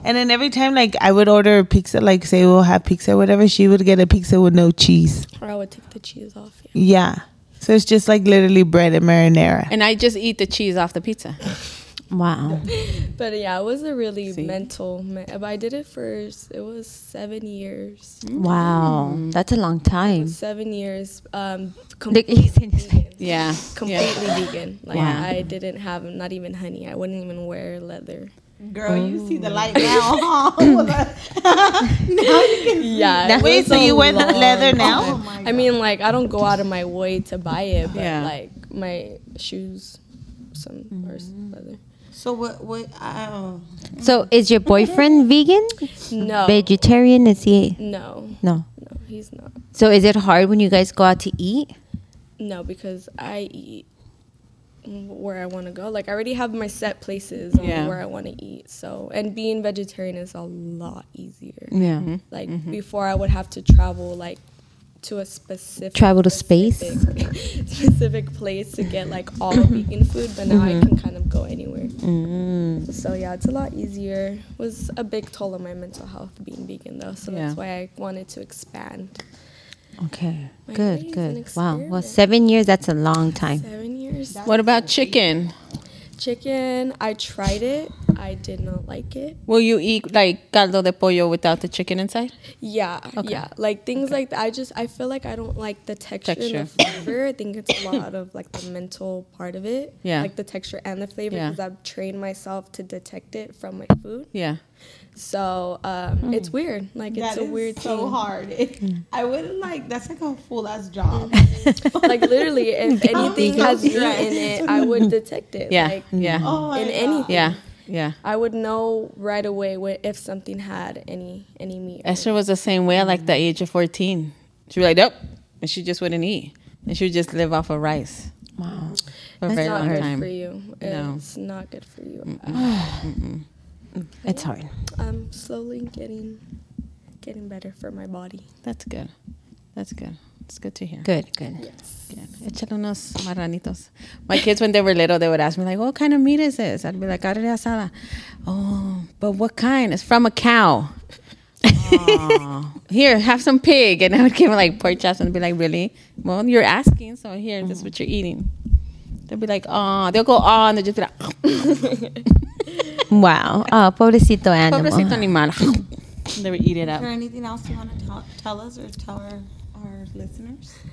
Speaker 3: And then every time, like I would order pizza, like say we'll have pizza, or whatever. She would get a pizza with no cheese.
Speaker 5: Or I would take the cheese off. Yeah.
Speaker 3: Yeah, so it's just like literally bread and marinara.
Speaker 1: And I just eat the cheese off the pizza.
Speaker 2: wow.
Speaker 5: But yeah, it was a really mental. Me- but I did it for s- it was seven years.
Speaker 3: Mm.
Speaker 2: Wow,
Speaker 1: Mm.
Speaker 2: that's a long time.
Speaker 5: Seven years. Um,
Speaker 2: Look,
Speaker 5: completely
Speaker 2: he's in his face.
Speaker 1: Yeah, yeah.
Speaker 5: completely vegan. Like
Speaker 2: Wow.
Speaker 5: I didn't have not even honey. I wouldn't even wear leather.
Speaker 4: Girl, you see the light now.
Speaker 5: Oh. Yeah. it
Speaker 3: Wait,
Speaker 5: was
Speaker 3: so
Speaker 5: a
Speaker 3: you wear the
Speaker 5: long
Speaker 3: leather
Speaker 5: time.
Speaker 3: now?
Speaker 5: I mean, like I don't go out of my way to buy it, but
Speaker 1: Yeah.
Speaker 5: like my shoes, some or s leather.
Speaker 4: so what? What? Oh,
Speaker 2: So is your boyfriend vegan?
Speaker 5: No,
Speaker 2: Vegetarian? Is he?
Speaker 5: no,
Speaker 2: No.
Speaker 5: no, he's not.
Speaker 2: So is it hard when you guys go out to eat?
Speaker 5: No, because I eat where I want to go. Like I already have my set places on
Speaker 1: Yeah.
Speaker 5: where I want to eat. So and being vegetarian is a lot easier.
Speaker 2: Yeah.
Speaker 5: Like
Speaker 2: Mm-hmm.
Speaker 5: before, I would have to travel like to a specific
Speaker 2: Travel to space?
Speaker 5: specific, specific place to get like all vegan food. But now
Speaker 2: Mm-hmm.
Speaker 5: I can kind of go anywhere.
Speaker 2: Mm.
Speaker 5: So yeah, it's a lot easier. Was a big toll on my mental health being vegan though. So
Speaker 1: Yeah.
Speaker 5: that's why I wanted to expand.
Speaker 2: Okay.
Speaker 5: My brain's
Speaker 2: Good.
Speaker 5: an
Speaker 2: Good. Wow. Well,
Speaker 5: experiment.
Speaker 2: seven years—that's a long time.
Speaker 5: Seven years.
Speaker 1: What about chicken?
Speaker 5: Chicken, I tried it. I did not like it.
Speaker 1: Will you eat like caldo de pollo without the chicken inside?
Speaker 5: Yeah, yeah, like things like that. I just I feel like I don't like the texture, and the flavor. I think it's a lot of like the mental part of it.
Speaker 1: Yeah.
Speaker 5: like the texture and the flavor
Speaker 1: Yeah.
Speaker 5: because I've trained myself to detect it from my food.
Speaker 1: Yeah.
Speaker 5: So um,
Speaker 1: Hmm.
Speaker 5: it's weird. Like it's
Speaker 4: That
Speaker 5: a
Speaker 4: is
Speaker 5: weird
Speaker 4: so
Speaker 5: thing. Hmm.
Speaker 4: hard. I wouldn't like that's like a full ass job.
Speaker 5: Like literally, if anything has meat in it, I would detect it.
Speaker 1: Yeah.
Speaker 5: Like,
Speaker 1: yeah.
Speaker 4: oh my
Speaker 5: in
Speaker 4: God.
Speaker 5: anything.
Speaker 1: Yeah. Yeah.
Speaker 5: I would know right away wh- if something had any any meat. in it.
Speaker 1: Esther was the same way at like the age of 14. She was like, nope. And she just wouldn't eat. And she would just live off of rice
Speaker 2: Wow.
Speaker 1: for a
Speaker 5: It's
Speaker 1: very
Speaker 5: not
Speaker 1: long
Speaker 5: good
Speaker 1: time.
Speaker 5: for you.
Speaker 1: No.
Speaker 5: It's not good for you.
Speaker 2: It's hard.
Speaker 5: I'm slowly getting getting better for my body.
Speaker 1: That's good. That's good. It's good to hear.
Speaker 2: Good, good.
Speaker 1: Good. Échale unos marranitos. My kids, when they were little, they would ask me, like, what kind of meat is this? I'd be like, carne asada. Oh, but what kind? It's from a cow. "Aw, Here, have some pig. And I would give them like pork chops and be like, really? Well, you're asking, so here, this is what you're eating. They'll be like, oh, they'll go on. They'll just be like,
Speaker 2: Wow. Oh, pobrecito animal.
Speaker 1: Pobrecito animal. they would eat it
Speaker 4: Is
Speaker 1: up.
Speaker 4: there anything else you want to tell, tell us or tell our, our listeners?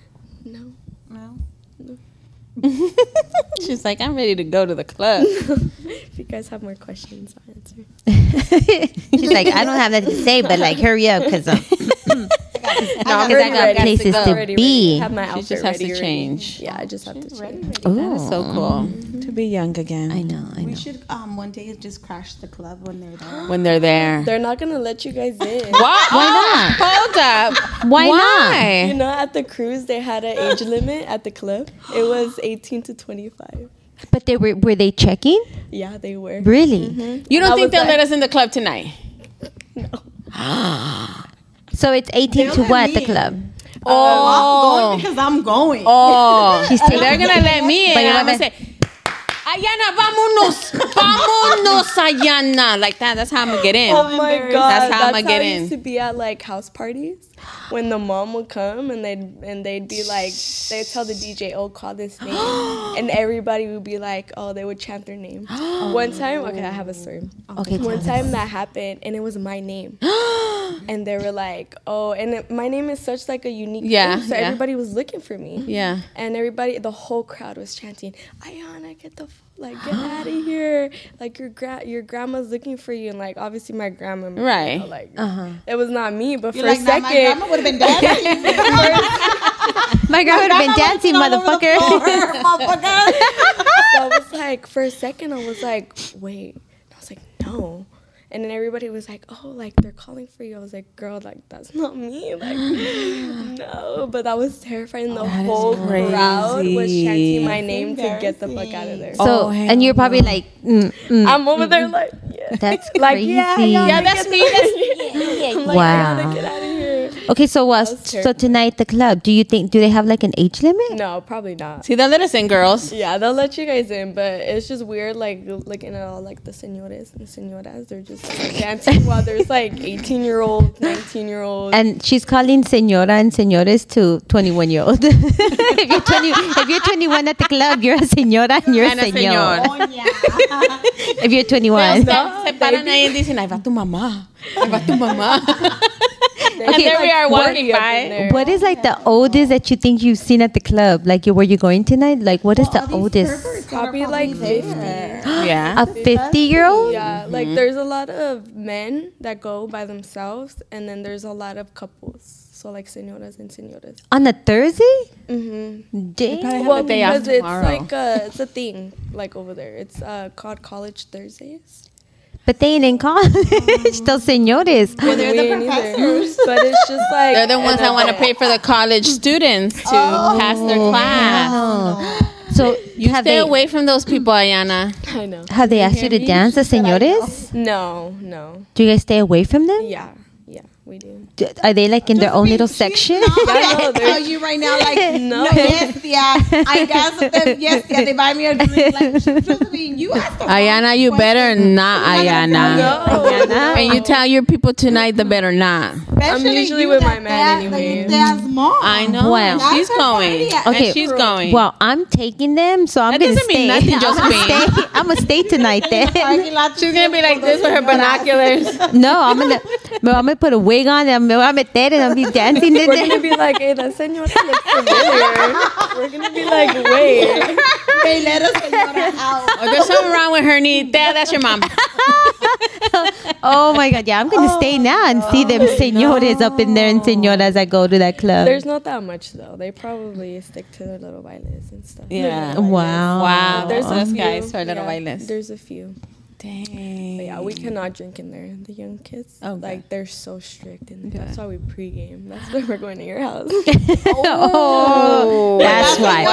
Speaker 5: No.
Speaker 4: No.
Speaker 1: She's like, I'm ready to go to the club.
Speaker 5: If you guys have more questions, I'll answer.
Speaker 2: She's like, I don't have nothing to say, but like, hurry up, because um,
Speaker 1: No,
Speaker 2: because I got places
Speaker 5: I'm
Speaker 2: to
Speaker 5: already ready.
Speaker 2: be.
Speaker 5: I have my outfit
Speaker 1: She just has to
Speaker 5: ready already.
Speaker 1: change.
Speaker 5: Yeah, I just have to change.
Speaker 1: That is so cool to be young again
Speaker 2: I know, I
Speaker 4: We
Speaker 2: know.
Speaker 4: should um one day just crash the club when they're there.
Speaker 1: when they're there.
Speaker 5: They're not gonna let you guys in.
Speaker 1: Why, not? Hold up.
Speaker 2: Why,
Speaker 5: You
Speaker 1: Why?
Speaker 5: know, at the cruise they had an age limit at the club. It was 18 to 25.
Speaker 2: not? But they were were they checking?
Speaker 5: Yeah, they were.
Speaker 2: Really?
Speaker 1: You
Speaker 5: I
Speaker 1: don't think
Speaker 5: was
Speaker 1: they'll
Speaker 5: like-
Speaker 1: let us in the club tonight?
Speaker 2: So it's 18 to
Speaker 4: They'll
Speaker 2: what the
Speaker 4: let me
Speaker 2: club?
Speaker 4: I'm going
Speaker 1: Oh,
Speaker 4: because I'm going.
Speaker 1: oh.
Speaker 2: She's taking
Speaker 1: They're gonna let me in.
Speaker 2: But you
Speaker 1: I'm gonna
Speaker 2: know
Speaker 1: say, Ayana, vámonos, vámonos, Ayana. Like that. That's how I'm gonna get in.
Speaker 5: Oh my god,
Speaker 1: That's how I'ma get
Speaker 5: I
Speaker 1: in.
Speaker 5: used to be at like house parties when the mom would come and they'd and they'd be like they'd tell the DJ, Oh, call this name and everybody would be like, Oh, they would chant their name. One time okay, I have a story.
Speaker 2: Okay, tell
Speaker 5: One
Speaker 2: us.
Speaker 5: time that happened and it was my name. and they were like, Oh, and it, my name is such like a unique
Speaker 1: Yeah,
Speaker 5: name, so
Speaker 1: yeah.
Speaker 5: everybody was looking for me.
Speaker 1: Yeah.
Speaker 5: And everybody, the whole crowd was chanting, "Ayana, get the f- like, get out of here! Like your gra- your grandma's looking for you." And like, obviously, my grandma, you know,
Speaker 1: Right. Uh-huh.
Speaker 5: like, it was not me, but
Speaker 4: You're
Speaker 5: for
Speaker 4: like,
Speaker 5: a
Speaker 4: "Nah, my grandma
Speaker 5: second,
Speaker 4: would have been dead.
Speaker 2: My girl would have been dancing, motherfucker.
Speaker 5: Oh I was like, for a second, I was like, wait, and I was like, no. And then everybody was like, "Oh, like they're calling for you." I was like, "Girl, like that's not me." Like, no. But that was terrifying. The whole crowd was chanting my name to get the fuck out of there.
Speaker 2: So
Speaker 1: Oh, hell
Speaker 2: and you're probably like, mm, mm,
Speaker 5: I'm over there like, yeah.
Speaker 2: that's
Speaker 5: like
Speaker 2: crazy.
Speaker 5: yeah, yeah,
Speaker 1: Yeah, that's me. That's
Speaker 5: I'm like, I
Speaker 2: Wow.
Speaker 5: gotta get out of here.
Speaker 2: Okay, so what?
Speaker 5: That was
Speaker 2: So
Speaker 5: terrible.
Speaker 2: tonight the club. Do you think do they have like an age limit?
Speaker 5: No, probably not.
Speaker 1: See, they'll let us in, girls.
Speaker 5: Yeah, they'll let you guys in, but it's just weird, like looking at all like the senores and senoras. They're just like, dancing while there's like 18 year olds, 19 year olds.
Speaker 2: And she's calling senora and senores to 21 year old. if you're 20, if you're 21 at the club, you're a senora and you're
Speaker 1: And a
Speaker 2: a senor.
Speaker 1: señor.
Speaker 2: If you're 21.
Speaker 1: They'll- Se paran ahí y dicen, ahí va tu mamá. Ahí va tu mamá. and
Speaker 5: Okay,
Speaker 1: there we are
Speaker 5: what-
Speaker 1: walking by.
Speaker 2: What is like the oldest that you think you've seen at the club? Like, you, were you going tonight? Like, what is the oldest?
Speaker 5: Probably like 50.
Speaker 1: Yeah.
Speaker 2: A 50 year old?
Speaker 5: Yeah, like
Speaker 1: Mm-hmm.
Speaker 5: there's a lot of men that go by themselves, and then there's a lot of couples. So like senoras and senoras.
Speaker 2: On a Thursday?
Speaker 5: Mm-hmm.
Speaker 2: Dang.
Speaker 5: Well,
Speaker 1: the day off
Speaker 5: because it's
Speaker 1: tomorrow.
Speaker 5: like a, it's a thing like over there. It's uh, called College Thursdays.
Speaker 2: But they ain't in college. Those senores.
Speaker 4: Well, they're
Speaker 5: We
Speaker 4: the
Speaker 5: ain't either.
Speaker 4: professors.
Speaker 5: But it's just like
Speaker 1: They're the ones that want to pay for the college students to pass their class.
Speaker 2: Oh. So, you have,
Speaker 1: Stay
Speaker 2: they,
Speaker 1: away from those people, Ayana.
Speaker 5: I know.
Speaker 2: have they asked you to dance, the senores?
Speaker 5: No, no.
Speaker 2: Do you guys stay away from them?
Speaker 5: Yeah, yeah. we do.
Speaker 2: D- Are they like in their own little
Speaker 4: She's
Speaker 2: section?
Speaker 4: not gonna tell you right now, like, no, Oh, yes, yeah, I asked them, yes, yeah, they buy me a drink. Like, Josephine, you asked the wrong
Speaker 1: Ayana, you
Speaker 4: question.
Speaker 1: better not, Ayana.
Speaker 5: No.
Speaker 1: And you tell your people tonight they better not.
Speaker 5: I'm
Speaker 4: Especially
Speaker 5: usually
Speaker 4: you
Speaker 5: with
Speaker 4: that
Speaker 5: my man
Speaker 4: dad- that
Speaker 5: anyway.
Speaker 4: your dad's mom.
Speaker 1: I know.
Speaker 2: Wow.
Speaker 1: and She's
Speaker 4: That's
Speaker 1: going.
Speaker 4: her party.
Speaker 1: Okay.
Speaker 2: Okay.
Speaker 1: she's going.
Speaker 2: Well, I'm taking them, so I'm
Speaker 1: That
Speaker 2: gonna
Speaker 1: doesn't mean
Speaker 2: stay.
Speaker 1: nothing,
Speaker 2: I'm
Speaker 1: Josephine.
Speaker 2: gonna stay. I'm gonna stay tonight then.
Speaker 4: Parking lot to
Speaker 1: she's going to be like this with her binoculars.
Speaker 2: no, I'm gonna. Well, I'm gonna put a wig on. I'm, I'm gonna and I'll be dancing. in
Speaker 5: We're gonna
Speaker 2: there.
Speaker 5: be like, hey, that senora looks familiar. We're gonna be like, wait.
Speaker 4: They let us señora out.
Speaker 1: Or Oh, there's something wrong with her knee. Dad, that's your mom.
Speaker 2: Oh my god! Yeah, I'm gonna stay now and see
Speaker 1: Oh
Speaker 2: them senores up in there and senoras that go to that club.
Speaker 5: There's not that much though. They probably stick to their little bailes and stuff.
Speaker 1: Yeah.
Speaker 2: wow.
Speaker 1: Wow.
Speaker 5: There's a
Speaker 1: those
Speaker 5: few.
Speaker 1: guys for little
Speaker 5: yeah,
Speaker 1: white list.
Speaker 5: There's a few. But yeah, we cannot drink in there. The young kids,
Speaker 1: Okay.
Speaker 5: like they're so strict in there. That's why we pregame. That's why we're going to your house.
Speaker 2: Oh, that's why.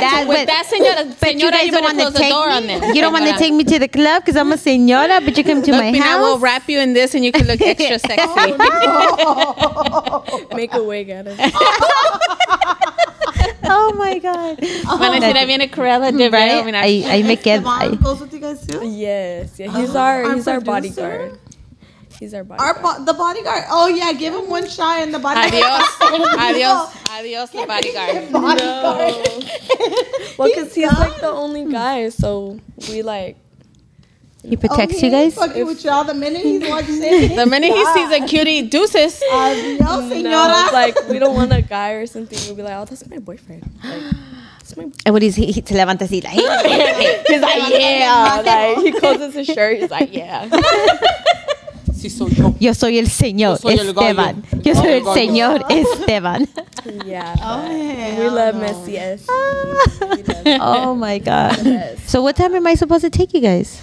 Speaker 2: That's
Speaker 1: With
Speaker 2: what.
Speaker 1: that senora,
Speaker 2: but you
Speaker 1: senora,
Speaker 2: guys
Speaker 1: you, better
Speaker 2: don't want
Speaker 1: close
Speaker 2: to
Speaker 1: the
Speaker 2: take
Speaker 1: door on
Speaker 2: me.
Speaker 1: them.
Speaker 2: You don't want to take me to the club because I'm a senora, but you come to
Speaker 1: Look,
Speaker 2: my
Speaker 1: Pina, we'll
Speaker 2: house.
Speaker 1: wrap you in this and you can look extra sexy.
Speaker 5: Make a wig out of it.
Speaker 2: Oh my god!
Speaker 1: Valentina viene Corella de Vero,
Speaker 2: Right?
Speaker 1: mira.
Speaker 2: I, I make it.
Speaker 4: Mom
Speaker 2: I,
Speaker 4: goes with you guys too.
Speaker 5: Yes, yeah. He's our
Speaker 4: our
Speaker 5: he's our
Speaker 4: producer?
Speaker 5: bodyguard. He's our bodyguard.
Speaker 4: Our bo- the bodyguard. Oh yeah, give him one shot and the bodyguard.
Speaker 1: Adios. Adios. Adios, the bodyguard.
Speaker 4: bodyguard.
Speaker 5: well, because he's like the only guy, so we like
Speaker 2: he protects
Speaker 4: Okay,
Speaker 2: you guys.
Speaker 4: Fucking with y'all the minute he's watching it.
Speaker 1: The minute he sees a cutie, deuces.
Speaker 4: Adios,
Speaker 5: no,
Speaker 4: señora.
Speaker 5: like we don't want a guy or something. We'll be like, oh, that's my boyfriend. Like, that's my.
Speaker 2: And what is he? He se levanta así. Like,
Speaker 5: He's like, yeah. Like he closes his shirt. He's like, yeah.
Speaker 2: Yo soy el señor Esteban. Yo soy el señor Esteban.
Speaker 5: Yeah. but we love messy ass.
Speaker 2: oh my god! So what time am I supposed to take you guys?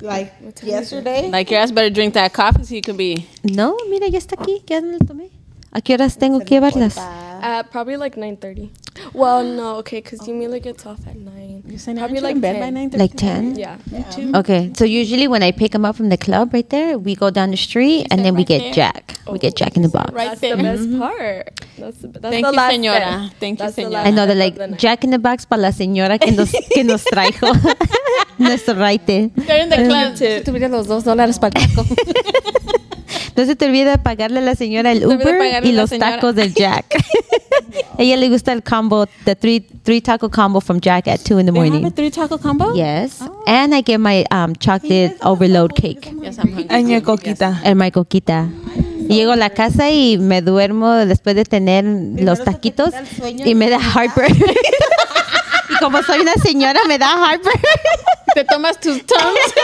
Speaker 4: like yesterday.
Speaker 1: Like your ass better drink that coffee so you can be.
Speaker 2: No, mira, ya está aquí. Ya me lo tomé. ¿A qué horas tengo que llevarlas?
Speaker 5: Uh, probably like 9:30. Well, no, okay, because Yumila gets off at nine. You're
Speaker 1: saying
Speaker 5: probably
Speaker 1: in bed by
Speaker 5: 10.
Speaker 1: nine thirty.
Speaker 2: Like ten.
Speaker 5: Yeah.
Speaker 2: Okay, so usually when I pick them up from the club right there, we go down the street and then we get Jack. We get Jack in the box.
Speaker 5: That's the best part. That's the, that's
Speaker 1: Mm-hmm. Thank
Speaker 5: the
Speaker 1: you,
Speaker 5: last
Speaker 1: señora.
Speaker 5: step.
Speaker 1: Thank you,
Speaker 5: That's the
Speaker 1: señora.
Speaker 5: last
Speaker 2: I know they're
Speaker 5: step of the
Speaker 2: like
Speaker 5: night.
Speaker 2: Jack in the box para la señora que nos, que nos trajo. Nuestro raite.
Speaker 1: They're in the club. Si tuvieras los dos dólares para el taco.
Speaker 2: No se te olvide pagarle a la señora el
Speaker 1: te olvide
Speaker 2: Uber
Speaker 1: pagarle
Speaker 2: y
Speaker 1: a la
Speaker 2: los
Speaker 1: señora.
Speaker 2: tacos del Jack. Ella le gusta el combo, the three three taco combo from Jack at two in the
Speaker 1: They have a
Speaker 2: morning.
Speaker 1: three taco combo?
Speaker 2: Yes,
Speaker 1: Oh.
Speaker 2: and I get my um, chocolate overload cake
Speaker 1: Yes, I'm hungry.
Speaker 3: Aña coquita.
Speaker 2: and my coquita. Llego a la casa y me duermo después de tener los taquitos y me da heartburn. y como soy una señora me da heartburn.
Speaker 1: Te tomas tus tums.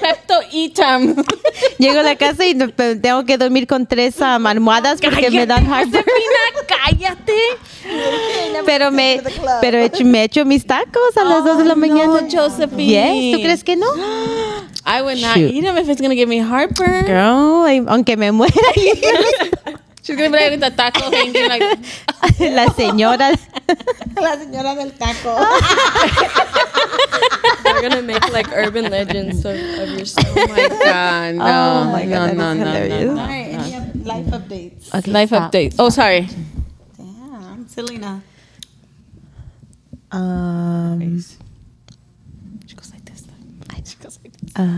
Speaker 1: Pepto y tum.
Speaker 2: Llego a la casa y pe- tengo que dormir con tres um, almohadas porque me dan heartburn.
Speaker 1: Pina, cállate.
Speaker 2: pero me, pero he hecho- me echo mis tacos a las 2 de la mañana.
Speaker 1: Josephine.
Speaker 2: Yes, ¿tú crees que no?
Speaker 1: I would not
Speaker 2: Shoot.
Speaker 1: eat them if it's going to give me heartburn.
Speaker 2: Girl, ay, aunque me muera.
Speaker 1: She's going to be like with the taco hanging like.
Speaker 2: la señora.
Speaker 4: La señora del taco.
Speaker 5: They're gonna make like urban legends of, of your
Speaker 1: Oh my god! No,
Speaker 2: my God, that
Speaker 1: no,
Speaker 2: is
Speaker 1: no, no,
Speaker 2: hilarious.
Speaker 1: no,
Speaker 4: All right, any up- life updates?
Speaker 1: Life update. Oh, sorry.
Speaker 4: Damn, Selena.
Speaker 3: Um,
Speaker 1: She goes like this. She goes like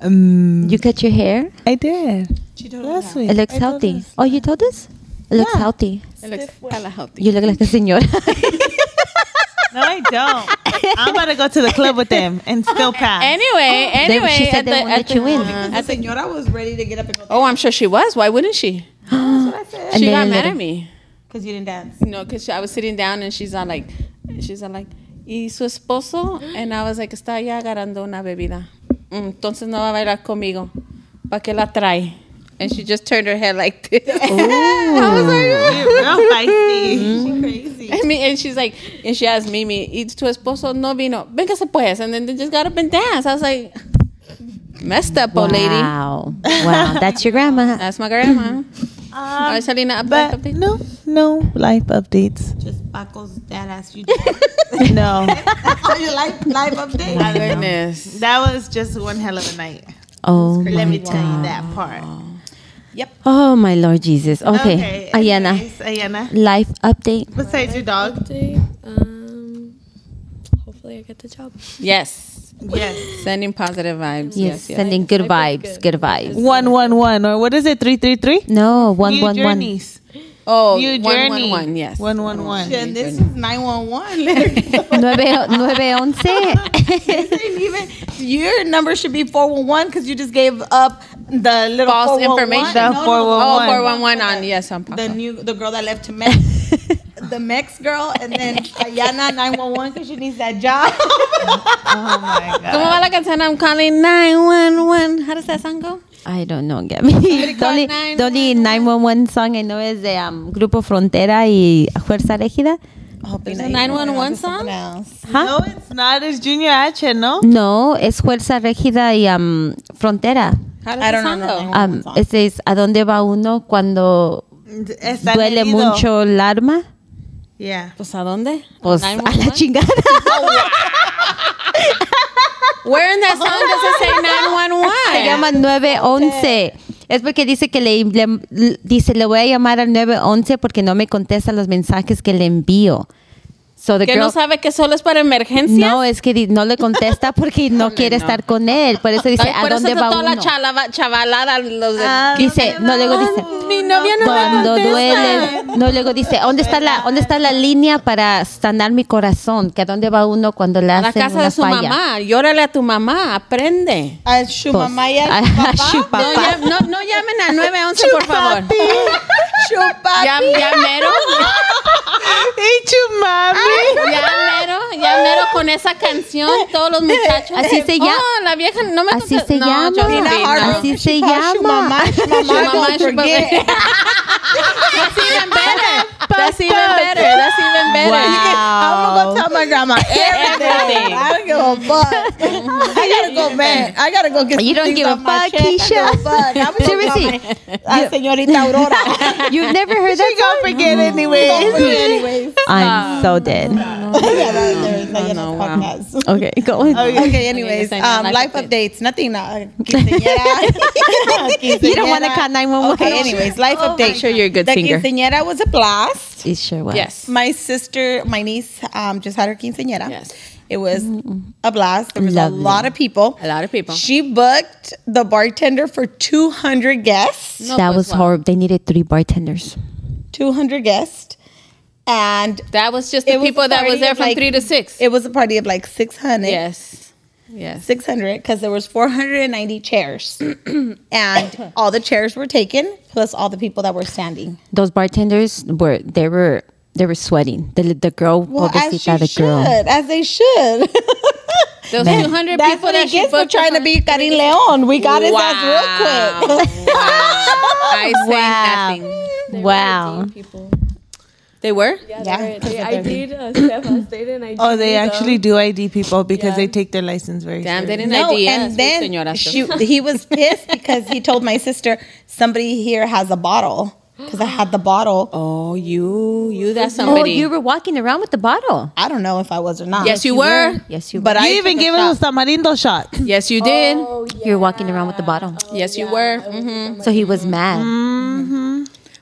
Speaker 3: um,
Speaker 2: You cut your hair.
Speaker 3: I did
Speaker 4: She told
Speaker 3: last
Speaker 4: me.
Speaker 3: week.
Speaker 2: It looks
Speaker 3: I told
Speaker 2: healthy.
Speaker 3: us.
Speaker 2: Oh, you told us? It looks
Speaker 3: Yeah.
Speaker 2: healthy.
Speaker 1: this. It looks hella healthy.
Speaker 2: You look like a señora.
Speaker 3: No, I don't. I'm about to go to the club with them and still pass.
Speaker 1: Anyway, anyway,
Speaker 2: she
Speaker 1: at
Speaker 2: said
Speaker 1: the-
Speaker 2: Oh. they won't
Speaker 1: at
Speaker 2: let
Speaker 1: the-
Speaker 2: you in.
Speaker 1: uh,
Speaker 4: La señora was ready to get up and go.
Speaker 1: oh, I'm sure she was. Why wouldn't she?
Speaker 4: That's what I said.
Speaker 2: And
Speaker 1: she
Speaker 2: then
Speaker 1: got
Speaker 2: a
Speaker 1: mad
Speaker 2: little-
Speaker 1: at me.
Speaker 4: Because you didn't dance.
Speaker 1: No, because I was sitting down and she's on like, she's on like, y su esposo? And I was like, está ya agarrando una bebida. Mm, Entonces no va a bailar conmigo. ¿Para qué la trae? And she just turned her head like this. I was like,
Speaker 3: You're real feisty.
Speaker 4: She crazy.
Speaker 1: I mean, and she's like, and she asked Mimi, y tu esposo no vino, véngase pues. And then they just got up and danced. I was like, messed up, old lady.
Speaker 2: Wow. Wow, that's your grandma.
Speaker 1: That's my grandma. All right, Selena, up,
Speaker 3: But
Speaker 1: up, up, up.
Speaker 3: no, no life updates.
Speaker 4: Just Paco's dad asked you.
Speaker 3: No,
Speaker 4: All your life, life updates.
Speaker 1: Goodness.
Speaker 3: that was just one hell of a night.
Speaker 2: Oh,
Speaker 4: Let
Speaker 2: my
Speaker 4: me tell you
Speaker 2: God.
Speaker 4: that part.
Speaker 2: Oh, my Lord Jesus. Okay. Ayana,
Speaker 4: anyways, Ayana.
Speaker 2: life update.
Speaker 4: Besides your dog.
Speaker 5: Update, Um, hopefully I get the job.
Speaker 1: Yes.
Speaker 4: Yes.
Speaker 1: Sending positive vibes.
Speaker 2: Yes,
Speaker 1: Yes. yes.
Speaker 2: sending good
Speaker 5: I feel
Speaker 2: vibes, good
Speaker 5: good.
Speaker 2: vibes.
Speaker 3: One one one or what is it? Three three three.
Speaker 2: No, one,
Speaker 3: New
Speaker 2: one, one.
Speaker 3: journeys.
Speaker 1: Oh,
Speaker 3: New
Speaker 1: one, one,
Speaker 3: journey.
Speaker 1: one, Yes.
Speaker 3: One one one.
Speaker 4: And this is 911. Larry.
Speaker 2: Nueve, nueve once.
Speaker 4: This ain't even, your number should be 411 because you just gave up the little
Speaker 1: False
Speaker 4: 411.
Speaker 1: information.
Speaker 4: No, no, no,
Speaker 1: Oh,
Speaker 3: One.
Speaker 1: 411 on yes on
Speaker 4: the
Speaker 1: Paco.
Speaker 4: new the girl that left to Mex, the Mex girl, and then Ayana nine one one because she needs that job.
Speaker 3: Oh my god.
Speaker 1: Como va la canción? I'm calling 911. How does that song go?
Speaker 2: I don't know, Gabby. The
Speaker 1: call
Speaker 2: only, the only 911 song I know is de um, Grupo Frontera y Fuerza Regida.
Speaker 1: There's a 911 song?
Speaker 3: No, it's not. It's Junior H. No.
Speaker 2: No, es Fuerza Regida y um, Frontera.
Speaker 1: How does
Speaker 4: I
Speaker 1: the
Speaker 4: don't
Speaker 1: song
Speaker 4: know,
Speaker 1: go?
Speaker 4: no,
Speaker 2: Um, ese es ¿A dónde va uno cuando
Speaker 3: Está
Speaker 2: duele
Speaker 3: herido.
Speaker 2: mucho el arma?
Speaker 3: Yeah.
Speaker 1: Pues a dónde?
Speaker 2: Pues a la
Speaker 1: 911?
Speaker 2: chingada.
Speaker 1: Where in that song does it say
Speaker 2: Se
Speaker 1: 911?
Speaker 2: llama 911. Es porque dice que le, le- dice le voy a llamar al 911 porque no me contesta los mensajes que le envío. So the
Speaker 1: Que
Speaker 2: girl-
Speaker 1: no sabe que solo es para emergencias.
Speaker 2: No, es que di- no le contesta porque no quiere estar con él. Por eso dice,
Speaker 1: Ay,
Speaker 2: ¿a
Speaker 1: por eso
Speaker 2: dónde
Speaker 1: está
Speaker 2: va
Speaker 1: toda la
Speaker 2: uno? Ah,
Speaker 1: chalava- chavalada. Los de,
Speaker 2: Dice, no, luego dice,
Speaker 1: mi novia no me
Speaker 2: cuando
Speaker 1: contesta.
Speaker 2: duele. No, luego dice, ¿dónde está la, dónde está la línea para sanar mi corazón? ¿Que a dónde va uno cuando le
Speaker 1: A la
Speaker 2: hacen
Speaker 1: casa
Speaker 2: una
Speaker 1: de su
Speaker 2: falla?
Speaker 1: mamá. Llórale a tu mamá. Aprende.
Speaker 4: A su
Speaker 2: Pues,
Speaker 4: mamá y a
Speaker 2: a-
Speaker 4: su
Speaker 2: a
Speaker 4: papá.
Speaker 2: su papá.
Speaker 1: No, ya- no, no llamen a 911, por favor.
Speaker 4: Su papi.
Speaker 1: Ya, ya mero.
Speaker 3: Hey, you, mommy.
Speaker 1: Ya mero. Ya mero con esa canción. Todos los muchachos.
Speaker 2: Así se llama.
Speaker 1: Oh, la vieja no me
Speaker 2: Así
Speaker 1: contesta.
Speaker 2: se
Speaker 1: No,
Speaker 2: llama.
Speaker 1: Josephine, no.
Speaker 2: Así se llama.
Speaker 1: Su mamá, su papá. That's even better. That's even better. That's even better.
Speaker 4: I'm gonna go tell my grandma
Speaker 1: Everything.
Speaker 4: everything. I don't give a fuck. I gotta go back. I gotta go get.
Speaker 2: You don't
Speaker 4: some things
Speaker 2: give a
Speaker 4: off my
Speaker 2: fuck,
Speaker 4: chest. I
Speaker 2: Keisha.
Speaker 4: go, fuck. I'm gonna
Speaker 2: Seriously.
Speaker 4: go tell my- Ah, señorita Aurora.
Speaker 2: You've never heard
Speaker 3: She
Speaker 2: that
Speaker 3: gonna forget anyway.
Speaker 4: Anyways,
Speaker 2: I'm so dead.
Speaker 4: yeah, that- there's like in a podcast.
Speaker 2: Okay, go on.
Speaker 4: Okay, anyways,
Speaker 1: Okay, Yesenia,
Speaker 4: um, life
Speaker 1: life
Speaker 4: updates. Nothing. Uh, quinceañera.
Speaker 2: You don't want to
Speaker 4: Quinceañera.
Speaker 2: cut 911.
Speaker 4: Okay, anyways, life update.
Speaker 1: sure you're a good
Speaker 4: the
Speaker 1: singer.
Speaker 4: quinceañera was a blast.
Speaker 2: It sure was.
Speaker 1: Yes.
Speaker 4: My sister, my niece, um, just had her quinceañera.
Speaker 1: Yes. Mm-hmm.
Speaker 4: It was a blast. There was
Speaker 2: Lovely.
Speaker 4: a lot of people.
Speaker 1: A lot of people.
Speaker 4: She booked the bartender for 200 guests.
Speaker 1: No,
Speaker 2: that
Speaker 1: pues,
Speaker 2: was
Speaker 1: wow.
Speaker 2: horrible. They needed three bartenders.
Speaker 4: 200 guests. And
Speaker 1: That was just
Speaker 4: It
Speaker 1: the
Speaker 4: was a
Speaker 1: people that
Speaker 4: party
Speaker 1: was there
Speaker 4: of,
Speaker 1: from
Speaker 4: like-
Speaker 1: three to six.
Speaker 4: it was a party of like 600.
Speaker 1: yes. Yes.
Speaker 4: 600 because there was 490 chairs and all the chairs were taken plus all the people that were standing
Speaker 2: Those bartenders were they were they were sweating. The the girl,
Speaker 4: well as
Speaker 2: pobrecita,
Speaker 4: she
Speaker 2: the
Speaker 4: should
Speaker 2: girl.
Speaker 4: as they should
Speaker 1: Those
Speaker 2: Man.
Speaker 1: 200
Speaker 4: that's
Speaker 1: people
Speaker 4: what
Speaker 1: that
Speaker 4: he
Speaker 1: she
Speaker 4: gets for
Speaker 1: booked
Speaker 4: trying to be Karin Leon we got his
Speaker 1: Wow.
Speaker 4: ass real quick
Speaker 1: I say nothing.
Speaker 2: Wow.
Speaker 5: They
Speaker 2: Wow.
Speaker 5: Were IDing people.
Speaker 1: They were?
Speaker 4: Yeah,
Speaker 5: Yeah, they, were,
Speaker 4: that's
Speaker 5: they
Speaker 4: what they're
Speaker 5: ID'd a step I stayed in.
Speaker 3: Oh, they actually do ID people because
Speaker 5: Yeah.
Speaker 3: they take their license very
Speaker 1: Damn, they
Speaker 3: serious.
Speaker 1: didn't
Speaker 4: no,
Speaker 1: idea.
Speaker 4: and then
Speaker 1: señoras.
Speaker 4: she, he was pissed because he told my sister somebody here has a bottle because I had the bottle.
Speaker 1: oh, you, you, that's
Speaker 2: Oh,
Speaker 1: somebody.
Speaker 2: you were walking around with the bottle.
Speaker 4: I don't know if I was or not.
Speaker 1: yes, you were.
Speaker 2: Yes, you.
Speaker 4: but
Speaker 2: were.
Speaker 4: I
Speaker 3: You even
Speaker 4: took a
Speaker 3: gave
Speaker 4: shot.
Speaker 3: us a tamarindo shot.
Speaker 1: Yes, you did.
Speaker 4: Oh,
Speaker 2: You're walking around with the bottle.
Speaker 1: yes, you were. hmm
Speaker 2: So he was mad.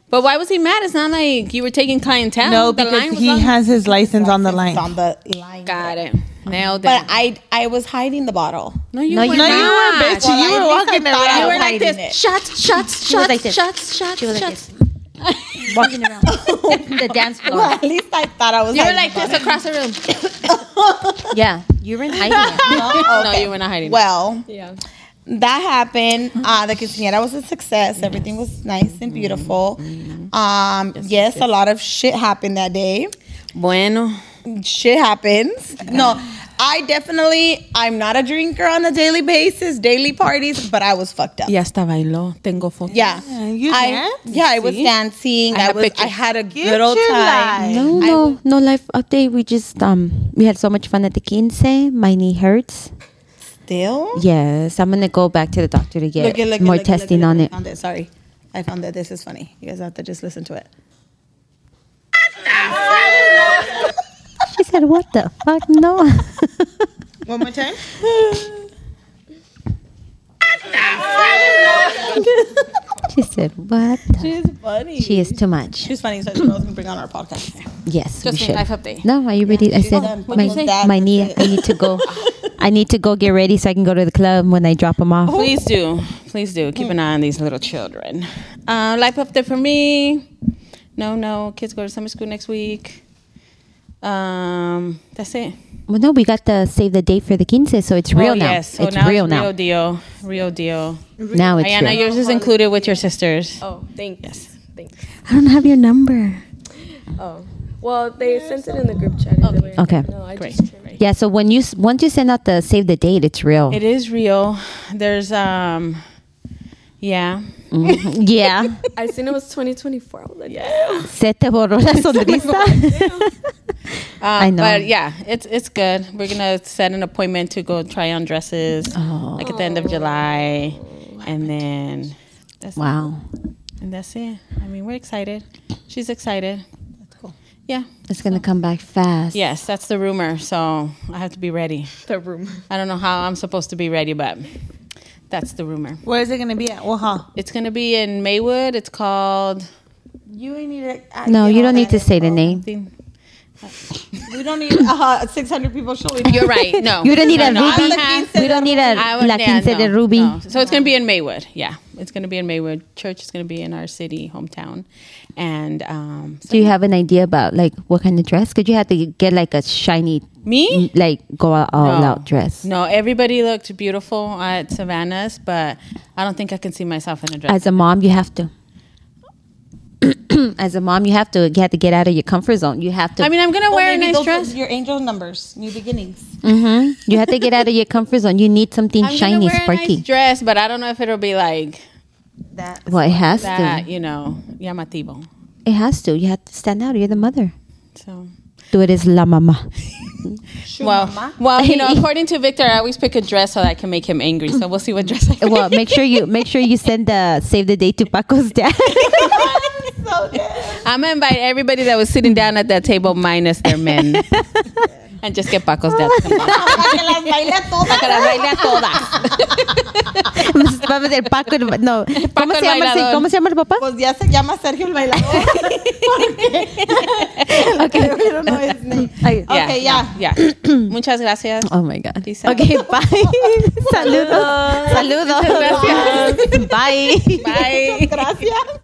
Speaker 1: But why was he mad? It's not like you were taking clientele.
Speaker 3: No,
Speaker 1: The line
Speaker 3: because
Speaker 1: was
Speaker 3: he
Speaker 1: long.
Speaker 3: has his license on the line.
Speaker 4: It's on the line.
Speaker 1: Got it. Nailed
Speaker 4: But
Speaker 1: it.
Speaker 4: I I was hiding the bottle.
Speaker 1: No, you
Speaker 2: No,
Speaker 1: were
Speaker 2: you-
Speaker 3: No,
Speaker 1: not.
Speaker 3: you were, bitch.
Speaker 4: Well,
Speaker 3: you
Speaker 4: at
Speaker 3: were
Speaker 4: least I
Speaker 3: walking
Speaker 4: thought I
Speaker 3: around.
Speaker 1: You were like
Speaker 4: hiding
Speaker 1: this.
Speaker 4: it.
Speaker 1: Shots, shots,
Speaker 2: was
Speaker 1: shots,
Speaker 2: like this.
Speaker 1: shots, shots,
Speaker 2: was
Speaker 1: shots.
Speaker 2: like Walking around
Speaker 4: Oh
Speaker 2: the dance
Speaker 4: Well,
Speaker 2: floor.
Speaker 4: at least I thought I was.
Speaker 1: You were
Speaker 4: hiding
Speaker 1: like
Speaker 4: the
Speaker 1: this across the room.
Speaker 2: Yeah, you were in hiding.
Speaker 4: bottle. No,
Speaker 1: No,
Speaker 4: okay.
Speaker 1: you were not hiding.
Speaker 4: Well,
Speaker 5: Yeah.
Speaker 4: that happened. Uh, the quinceañera was a success. Everything was nice and beautiful. Um, yes, a lot of shit happened that day.
Speaker 1: bueno.
Speaker 4: Shit happens. No, I definitely. I'm not a drinker on a daily basis, daily parties, but I was fucked up.
Speaker 1: Y hasta bailó. Tengo fotos.
Speaker 4: Yeah,
Speaker 3: you
Speaker 4: I,
Speaker 3: danced?
Speaker 4: yeah, I was dancing.
Speaker 1: I
Speaker 4: I,
Speaker 1: have
Speaker 4: was. I
Speaker 1: pictures.
Speaker 4: had a good old
Speaker 3: your
Speaker 4: time.
Speaker 3: life.
Speaker 2: No, no, no life update. We just um we had so much fun at the quince. My knee hurts.
Speaker 4: Still,
Speaker 2: Yes, I'm gonna go back to the doctor to get
Speaker 4: Look at- look at-
Speaker 2: more
Speaker 4: look at- look at-
Speaker 2: testing on it.
Speaker 4: look at- I Found it. Sorry, I found that this is funny. You guys have to just listen to it.
Speaker 2: She said, "What the fuck? No."
Speaker 4: One more time.
Speaker 2: She said, "What? the-
Speaker 4: She's funny.
Speaker 2: She is too much."
Speaker 4: She's funny, so she knows we bring on our podcast.
Speaker 2: Yes,
Speaker 1: Just
Speaker 2: we
Speaker 1: a
Speaker 2: should.
Speaker 1: life update.
Speaker 2: No, are you ready? I said,
Speaker 4: done. What
Speaker 2: my,
Speaker 4: you say? That-
Speaker 2: my knee. I need to go. I need to go get ready so I can go to the club when I drop him
Speaker 4: Oh
Speaker 2: off.
Speaker 1: Please do. Please do. Keep an eye on these little children. Uh, life update for me. No, no. Kids go to summer school next week. Um, that's it.
Speaker 2: Well, no, we got the save the date for the quince, so it's real
Speaker 1: Oh,
Speaker 2: now.
Speaker 1: Yes. So
Speaker 2: it's
Speaker 1: now
Speaker 2: real
Speaker 1: it's
Speaker 2: now.
Speaker 1: Real deal. Real deal.
Speaker 2: Now it's
Speaker 1: Ayana,
Speaker 2: real.
Speaker 1: yours is included with your sisters.
Speaker 5: Oh, thanks. Yes. Thanks.
Speaker 2: I don't have your number.
Speaker 5: Oh. Well, they sent it in the group chat. Okay.
Speaker 2: Okay.
Speaker 5: No, I
Speaker 1: Great.
Speaker 5: just
Speaker 1: Great.
Speaker 2: Yeah, so when you s- once you send out the save the date, it's real.
Speaker 1: It is real. There's um, yeah.
Speaker 2: yeah.
Speaker 5: I seen it was 2024. I was like, yeah.
Speaker 2: Se te borró la sonrisa.
Speaker 1: Um,
Speaker 2: I know.
Speaker 1: But yeah, it's it's good. We're gonna set an appointment to go try on dresses,
Speaker 2: Oh.
Speaker 1: like at the end of July, and then that's
Speaker 2: wow.
Speaker 1: and that's it. I mean, we're excited. She's excited. That's cool. Yeah.
Speaker 2: It's going to come back fast.
Speaker 1: Yes, that's the rumor. So I have to be ready.
Speaker 4: The room.
Speaker 1: I don't know how I'm supposed to be ready, but that's the rumor.
Speaker 3: Where is it gonna be at? Waha.
Speaker 1: It's gonna be in Maywood. It's called.
Speaker 4: You ain't need to. uh,
Speaker 2: No,
Speaker 4: get
Speaker 2: you
Speaker 4: all
Speaker 2: don't need
Speaker 4: that
Speaker 2: to say the
Speaker 4: info.
Speaker 2: name.
Speaker 4: We don't need uh, 600 people showing.
Speaker 1: You're right. No,
Speaker 2: You don't need a
Speaker 1: No, I'm
Speaker 2: ruby.
Speaker 1: the quince
Speaker 2: We don't need a
Speaker 1: I would-
Speaker 2: la
Speaker 1: yeah,
Speaker 2: quince de
Speaker 1: no,
Speaker 2: ruby.
Speaker 1: no. So it's going to be in Maywood. Yeah, it's going to be in Maywood. Church is going to be in our city, hometown, and um, so-
Speaker 2: Do you have an idea about like what kind of dress? Could you have to get like a shiny,
Speaker 1: me.
Speaker 2: like go all, all
Speaker 1: No.
Speaker 2: out dress?
Speaker 1: No, everybody looked beautiful at Savannah's, but I don't think I can see myself in a dress.
Speaker 2: As a mom, you have to. As a mom, you have to you have to get out of your comfort zone. You have to.
Speaker 1: I mean, I'm gonna
Speaker 4: Well,
Speaker 1: wear a
Speaker 4: maybe
Speaker 1: nice
Speaker 4: those-
Speaker 1: dress.
Speaker 4: Your angel numbers, new beginnings.
Speaker 2: Mhm. you have to get out of your comfort zone. You need something
Speaker 1: I'm gonna
Speaker 2: shiny,
Speaker 1: wear a
Speaker 2: sparky.
Speaker 1: nice dress, but I don't know if it'll be like
Speaker 4: That
Speaker 2: well, it has
Speaker 1: that.
Speaker 2: to.
Speaker 1: You know, llamativo.
Speaker 2: It has to. You have to stand out. You're the mother.
Speaker 1: So.
Speaker 2: Tú eres la mamá.
Speaker 1: Well, well, you know, according to Victor, I always pick a dress so that I can make him angry. So we'll see what dress I pick.
Speaker 2: Well, make sure you make sure you send the save the date to Paco's dad.
Speaker 1: I'm gonna invite everybody that was sitting down at that table minus their men, and just get Paco's dad. to come down. Para que las baile a todas.
Speaker 2: Vamos el Paco, el- no. ¿Cómo
Speaker 1: el
Speaker 2: se, llama, el-
Speaker 1: bailador.
Speaker 2: ¿Cómo se llama el papá?
Speaker 4: Pues ya se llama Sergio el bailador. Porque pero no es name.
Speaker 2: Ay,
Speaker 4: Okay, ya.
Speaker 1: yeah. Muchas gracias.
Speaker 2: Oh my God.
Speaker 1: Peace out.
Speaker 2: Okay, bye. Saludos. Saludos. Bye.
Speaker 1: Bye.
Speaker 4: Gracias.